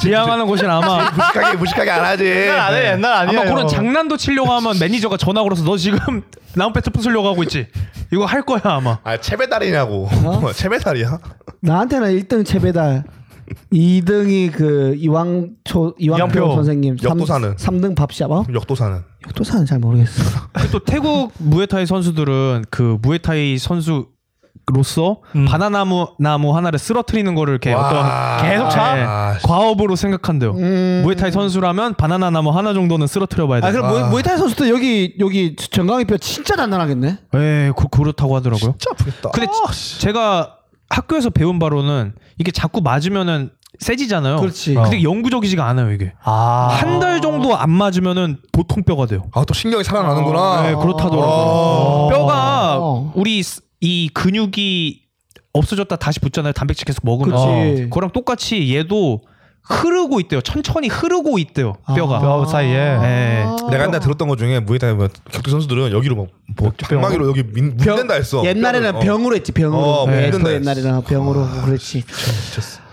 D: 지향하는 곳이 아마
B: 무식하게 무식하게 안 하지.
E: 옛날 안 해, 옛날 아니야.
D: 아마 그런 장난도 치려고 하면 매니저가 전화 걸어서 너 지금 [laughs] 나운패스 부수려고 하고 있지. 이거 할 거야 아마.
B: 아 체배다리냐고. 체배다리야?
C: 나한테는 1등 채배달, 2등이 그 이왕초 이왕표,
E: 이왕표.
C: 선생님,
B: 역도사는.
C: 3등 밥샵. 어?
B: 역도사는.
C: 역도사는 잘 모르겠어.
D: 또 태국 무에타이 그 선수들은 그 무에타이 선수 음식으로서 바나나무 나무 하나를 쓰러뜨리는 거를 이렇게
B: 와.
D: 예, 어떤
E: 계속 참?
B: 아,
D: 과업으로 생각한대요. 무에타이 선수라면 바나나 나무 하나 정도는 쓰러뜨려 봐야 돼.
C: 아 그럼 모, 모이타이 선수도 여기 여기 정강이 뼈 진짜 단단하겠네.
D: 예, 그, 그렇다고 하더라고요.
B: 진짜 아프겠다.
D: 근데 지- 제가 학교에서 배운 바로는 이게 자꾸 맞으면은 세지잖아요.
C: 그렇지.
D: 근데 영구적이지가 않아요, 이게.
E: 아.
D: 한 달 정도 안 맞으면은 보통뼈가 돼요.
B: 아 또 신경이 살아나는구나.
D: 네,
B: 어.
D: 그렇다더라고요. 뼈가
C: 어.
D: 우리 스- 이 근육이 없어졌다 다시 붙잖아요. 단백질 계속 먹으면.
C: 그치.
D: 어. 그거랑 똑같이 얘도 흐르고 있대요. 천천히 흐르고 있대요.
C: 아.
D: 뼈가.
E: 뼈 사이에.
C: 네.
D: 예.
B: 내가 옛날 들었던 것 중에 무에타이 뭐 격투 선수들은 여기로 막
D: 복병.
B: 방망이로 여기 민, 문댄다 했어.
C: 옛날에는
B: 뼈를. 어.
C: 병으로 했지 병으로.
B: 어,
C: 예,
B: 묻는다
C: 더
B: 했어.
C: 옛날에는 병으로 그랬지.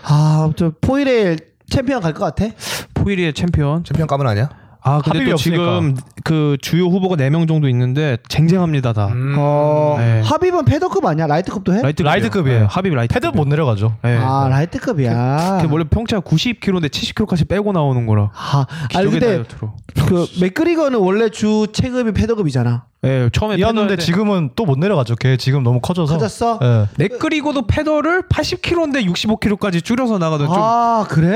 C: 아저 포일에 챔피언 갈 것 같아?
D: 네. 포일이의 챔피언.
B: 챔피언 까면 아니야?
D: 아, 근데 또
E: 합의가
D: 지금 그 주요 후보가 4명 정도 있는데 쟁쟁합니다, 다.
C: 어.
D: 예.
C: 합입은 패더급 아니야? 라이트급도 해?
D: 라이트급이에요.
E: 라이트급이에요.
D: 예, 합입 라이트.
E: 패드 못 내려가죠.
D: 예.
C: 아 라이트급이야.
D: 근데 원래 평가 90kg인데 70kg까지 빼고 나오는 거라.
C: 아, 아니
D: 기록의
C: 근데
D: 다이어트로.
C: 그 맥그리거는 원래 주 체급이 패더급이잖아.
D: 예, 처음에
E: 이었는데
D: 패더인데
E: 지금은 또 못 내려가죠. 걔 지금 너무 커져서.
C: 커졌어?
D: 아,
E: 예.
D: 맥그리고도 패더를 80kg인데 65kg까지 줄여서 나가던 좀
C: 아 그래.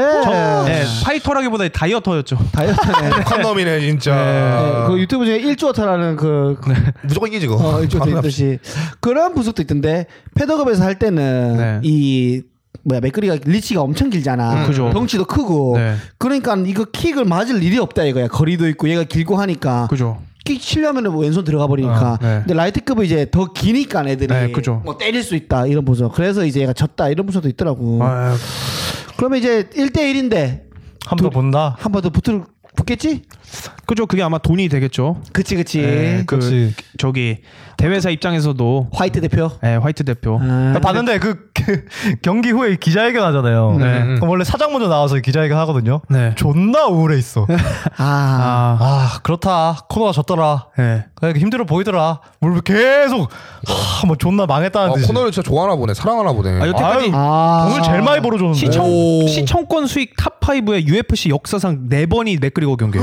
C: 네.
D: 예, 파이터라기보다 다이어터였죠.
C: 다이어트네.
B: 한 놈이네
C: 네,
D: 아.
B: 진짜.
C: 그 유튜브 중에 1조타라는 그
D: 네.
B: 무조건 이기지 그거.
C: 어, 1조타
B: 방금
C: 있듯이 그런 분석도 있던데 패더급에서 할 때는
D: 네.
C: 이 뭐야 맥그리가 리치가 엄청 길잖아.
D: 음, 그죠.
C: 덩치도 크고.
D: 네.
C: 그러니까 이거 킥을 맞을 일이 없다 이거야. 거리도 있고 얘가 길고 하니까
D: 그죠.
C: 킥 치려면은 뭐 왼손 들어가 버리니까.
D: 아, 네.
C: 근데 라이트급은 이제 더 기니까 애들이
D: 네, 그죠.
C: 뭐 때릴 수 있다 이런 분석. 그래서 이제 얘가 졌다 이런 분석도 있더라고.
D: 아,
C: 그러면 이제 1대 1인데
E: 한 번 더 본다.
C: 한 번 더 붙을 붙겠지?
D: 그죠. 그게 아마 돈이 되겠죠.
C: 그치 그치.
D: 예, 그
E: 그렇지.
D: 저기 대회사 입장에서도
C: 화이트 대표.
D: 예, 화이트 대표.
C: 아,
E: 나 봤는데 그, 그 경기 후에 기자회견 하잖아요.
D: 네.
E: 그럼 원래 사장 먼저 나와서 기자회견 하거든요.
D: 네.
E: 존나 우울해 있어.
C: 아,
D: 아.
E: 아 그렇다. 코너가 졌더라.
D: 예.
E: 그냥 힘들어 보이더라. 뭘 계속 하, 뭐 존나
B: 아,
E: 망했다는 듯이.
B: 코너를 진짜 좋아하나 보네. 사랑하나 보네.
D: 아, 여태까지
C: 아.
E: 돈을 제일 많이 벌어줬는데.
D: 시청
B: 오.
D: 시청권 수익 탑 5의 UFC 역사상 네 번이 맥그리거 경기.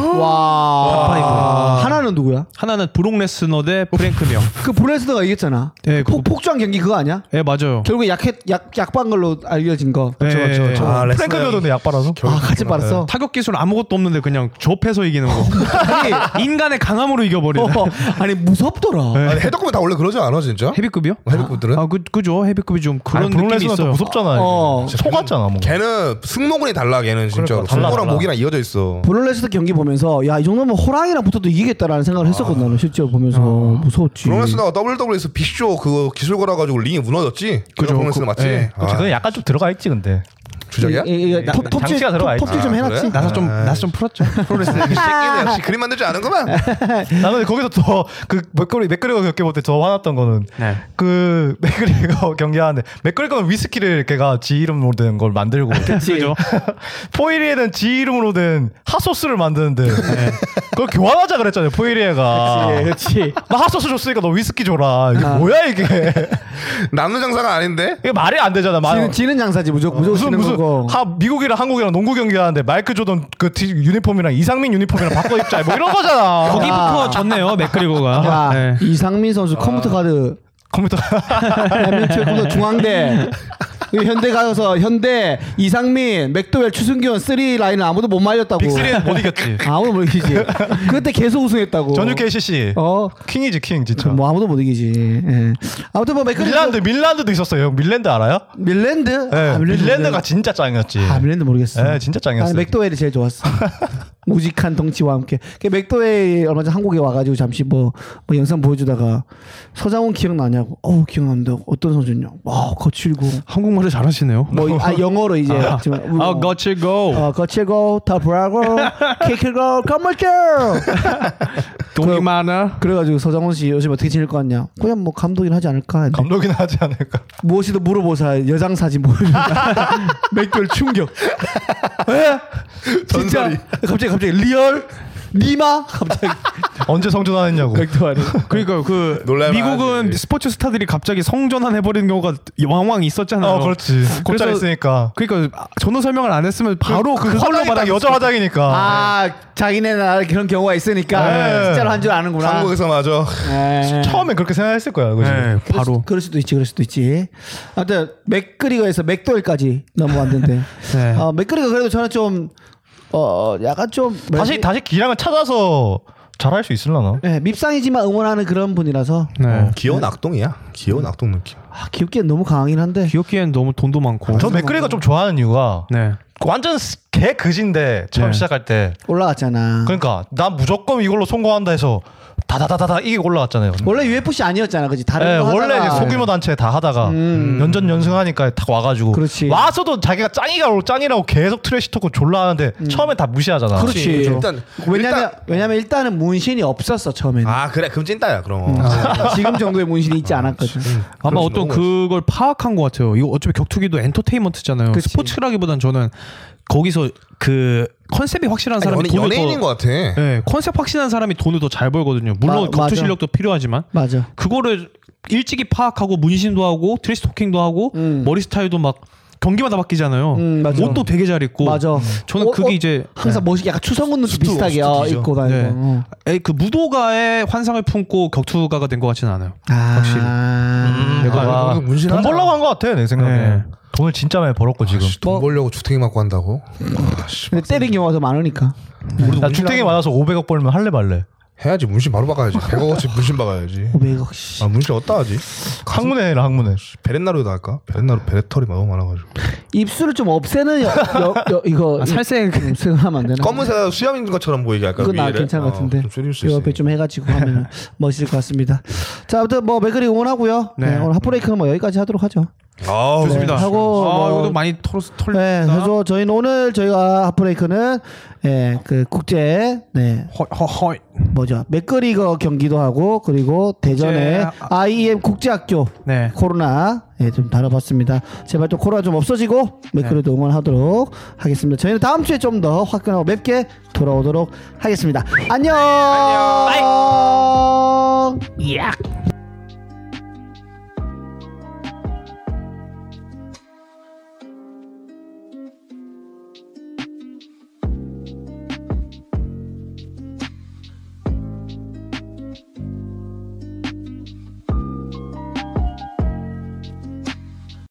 C: 와. 하나는 누구야?
D: 하나는 브록 레스너 대 프랭크 명.
C: 그 브레스더가 이겼잖아.
D: 예, 그거-
C: 폭, 폭주한 경기 그거 아니야?
D: 예, 맞아요.
C: 결국에 약해 약 약반 걸로 알려진 거.
D: 예, 예, 예.
B: 아, 레슬링.
E: 프랭크 뼈던데 약 빨아서.
C: 아,
D: 네.
C: 같이 빨았어.
D: 타격 기술 아무것도 없는데 그냥 좁혀서 이기는 거.
C: 아니,
D: 인간의 강함으로 이겨버리는.
C: 어,
E: 네.
C: [laughs] 아니 무섭더라.
B: 아니, 해독급은 다 원래 그러지 않아 진짜?
D: 헤비급이요?
B: 해독급들은?
D: 아, 그, 그죠. 헤비급이 좀 그런 느낌이
E: 아, 브론레스는
D: 있어요.
E: 또 무섭잖아.
C: 어.
E: 어. 속았잖아 뭐.
B: 걔는 승모근이 달라 걔는 진짜로.
E: 달라,
B: 승모랑
E: 달라.
B: 목이랑 이어져 있어.
C: 브롤레스터 경기 보면서 야 이 정도면 호랑이랑 붙어도 이기겠다라는
E: 아.
C: 생각을 했었거든 나는 실제로 보면서 무서웠지.
B: 브로맨스나가 WWE에서 빅쇼 그거 기술 걸어가지고 링이 무너졌지? 그죠? 브로맨스
D: 그-
B: 맞지?
D: 예.
B: 아,
E: 그건 약간 좀 들어가 있지 근데.
B: 주작이야?
C: 이- 이- 이- 예, 톱- 톱질
E: 장치가 들어가
C: 톱-
E: 있지.
C: 톱질 좀
B: 아,
C: 해놨지.
B: 그래?
D: 나서 좀 나서 좀 풀었죠.
B: 프로레스 [laughs] 이 새끼는 역시 그림 만들지 않은구만.
E: 나는 거기서 더 그 맥거리 맥거리가 겪게 못해 더 화났던 거는
D: 네.
E: 그 맥거리가 [laughs] 경기하는데 맥거리가 위스키를 걔가 지 이름으로 된 걸 만들고
D: 그죠.
E: [laughs] 포이리에는 지 이름으로 된 핫소스를 만드는데 그걸 교환하자 그랬잖아요 포이리에가
C: [laughs] 그렇지.
E: 나 핫소스 줬으니까 너 위스키 줘라 이게 뭐야 이게
B: 남는 장사가 아닌데?
E: 이게 말이 안 되잖아 말
C: 지는, 지는 장사지 무조건 무조건
E: 무슨
C: 지는
E: 무슨
C: 거고.
E: 하, 미국이랑 한국이랑 농구 경기 하는데 마이크 조던 그 티- 유니폼이랑 이상민 유니폼이랑 바꿔 입자 뭐 이런 거잖아
D: 거기부터 졌네요. 맥그리거가.
C: 야,
E: 아,
D: 네.
C: 이상민 선수 컴퓨터 카드
E: 컴퓨터
C: 대한민국 컴퓨터
E: [laughs]
C: 중앙대 그 현대 가서 현대 이상민 맥도웰 추승균 쓰리 라인은 아무도 못 말렸다고
E: 빅3는 [laughs] 못 이겼지
C: 아무도 못 이기지 그때 계속 우승했다고
E: 전주 KCC
C: 뭐 어?
E: 킹이지 킹 진짜
C: 뭐 아무도 못 이기지 예. 아무튼 뭐 맥그리
E: 밀란드 밀란드도 있었어요 형 밀란드 알아요?
C: 밀랜드?
E: 예,
C: 아, 밀랜드
E: 밀란드가
C: 모르겠-
E: 진짜 짱이었지
C: 아 밀랜드 모르겠어
E: 예, 진짜 짱이었어요.
C: 나는 맥도웰이 제일
E: [laughs]
C: 좋았어 우직한 덩치와 함께 그 맥도웰 얼마 전 한국에 와가지고 잠시 뭐, 뭐 영상 보여주다가 서장훈 기억나냐고 어우 기억난다고 어떤 선수냐 와 거칠고
D: 한국말을 잘하시네요.
C: 뭐, 이-
E: [laughs]
C: 아, 영어로 이제.
D: 아,
C: 지금
D: 아, 거칠고
C: 어, 거칠고, 더블하고, 키크고, 건물죠!
D: 돈이
C: 그-
D: 많아.
C: 그래가지고 서장훈 씨 요즘 어떻게 지낼 것 같냐? 그냥 뭐 감독이나 하지 않을까? 했는데
E: 감독이 나지 않을까
C: 무엇이든 물어보사 여장 사진 보여준다.
D: [laughs]
C: 맥결 충격. 에? 진짜
B: 전설이.
C: 갑자기 갑자기 리얼 니마 갑자기
E: 언제 성전하느냐고.
C: 백두환이
D: 그러니까 그
B: 놀랄만
D: 미국은
B: 하지.
D: 스포츠 스타들이 갑자기 성전환 해버리는 경우가 왕왕 있었잖아요.
E: 어, 그렇지.
D: 그래서-
E: 곧잘 했으니까.
D: 그러니까 전후 설명을 안 했으면 바로 그, 걸로
E: 화장이 딱
D: 말하는
E: 여자 화장이니까.
C: 아 자기네 나라 그런 경우가 있으니까
E: 네.
C: 진짜로 한 줄 아는구나
B: 한국에서 맞아.
C: 네.
E: 처음엔 그렇게 생각했을 거야. 그지?
D: 네,
C: 그럴
D: 바로
C: 수, 그럴 수도 있지 그럴 수도 있지 아무튼 맥그리거에서 맥도일까지 넘어왔는데
D: 네.
C: 어, 맥그리거 그래도 저는 좀 어 약간 좀
E: 다시 다시 기량을 찾아서 잘할 수 있을라나?
C: 네, 밉상이지만 응원하는 그런 분이라서
D: 네.
B: 어, 귀여운 악동이야. 귀여운 악동 느낌.
C: 아, 귀엽기엔 너무 강하긴 한데
D: 귀엽기엔 너무 돈도 많고.
E: 저 맥그리가 좀 좋아하는 이유가
D: 네.
E: 완전 스- 개 그진데 처음
D: 네.
E: 시작할 때
C: 올라갔잖아
E: 그러니까 난 무조건 이걸로 성공한다 해서 다다다다다 이게 올라왔잖아요.
C: 원래 UFC 아니었잖아 그지 다른
E: 예,
C: 거 하다가 네. 음.
E: 원래 이제 소규모 단체 다 하다가 연전 연승하니까 탁 와가지고
C: 그렇지.
E: 와서도 자기가 짱이라고 짱이라고 계속 트래시 토크 졸라 하는데 처음엔 다 무시하잖아.
C: 그렇지
B: 일단-
C: 왜냐면
B: 일단-
C: 왜냐면 일단은 문신이 없었어 처음에는
B: 아 그래 그럼 찐따야 그럼.
C: 아. 지금 정도의 문신이 있지 않았거든
D: 아마
C: 그렇죠.
B: 그렇지,
D: 어떤
B: 너무
D: 그걸 파악한 것 같아요. 이거 어차피 격투기도 엔터테인먼트잖아요.
C: 그치.
D: 스포츠라기보단 저는 거기서 그 컨셉이 확실한
B: 아니,
D: 사람이
B: 연예-
D: 돈을
B: 연예인인
D: 더
B: 것 같아.
D: 네, 컨셉 확실한 사람이 돈을 더 잘 벌거든요.
C: 마-
D: 물론
C: 맞아.
D: 격투 실력도 필요하지만
C: 맞아
D: 그거를 일찍이 파악하고 문신도 하고 트레시 토킹도 하고
C: 음.
D: 머리 스타일도 막 경기마다 바뀌잖아요.
C: 음, 맞아.
D: 옷도 되게 잘 입고.
C: 맞아
D: 저는
C: 어,
D: 그게 네.
C: 어,
D: 이제
C: 항상 멋있게 약간 추성훈 눈치
B: 수트,
C: 비슷하게
B: 수트
C: 어,
B: 뒤죠.
C: 입고 다니고
D: 네.
C: 어.
D: 에이, 그 무도가의 환상을 품고 격투가가 된 것 같지는 않아요. 확실히.
C: 아,
E: 내가
B: 아, 문신하잖아. 아,
E: 돈 벌려고 한 것 같아 내 생각에
D: 네.
E: 돈을 진짜 많이 벌었고 지금.
B: 돈 벌려고 주택이 맞고 한다고? 아씨
D: 음.
C: 근데 때린 경우가 더 많으니까
E: 나 주택이 많아서 500억 벌면 할래 말래?
B: 해야지 문신 바로
C: [laughs]
B: 박아야지. 100억어치 문신 박아야지.
C: 500억 뭐 씨.
B: 아 문신 어디다 하지?
E: 항문에 해라 항문에.
B: 베렛나루에다 할까? 베렛나루 베렛털이 너무 많아가지고.
C: 입술을 좀 없애는 여, 여, 여, 이거
D: 아, 살색.
C: 색을 하면 안 되나?
B: 검은색 수염인 것처럼 보이게 할까?
C: 그건 나
B: 위에를?
C: 괜찮은 것
B: 어,
C: 같은데
B: 좀 줄일 수
C: 그
B: 있어.
C: 옆에 좀 해가지고
D: [laughs]
C: 하면 멋있을 것 같습니다. 자, 아무튼 뭐 맥그리 응원하고요. 네.
D: 네.
C: 오늘 핫브레이크는 뭐 여기까지 하도록 하죠.
B: 아우,
D: 좋습니다.
C: 네, 하고
D: 아,
C: 뭐-
D: 이것도 많이 털었 털.
C: 네, 그래서 저희는 오늘 저희가 핫브레이크는 예, 그 국제 네
D: 허허허.
C: 뭐죠 맥그리거 경기도 하고 그리고 대전의
D: 국제-
C: IEM 국제학교
D: 네.
C: 코로나 예, 좀 다뤄봤습니다. 제발 좀 코로나 좀 없어지고 맥그리도 응원하도록 하겠습니다. 저희는 다음 주에 좀 더 화끈하고 맵게 돌아오도록 하겠습니다. 안녕.
D: 예.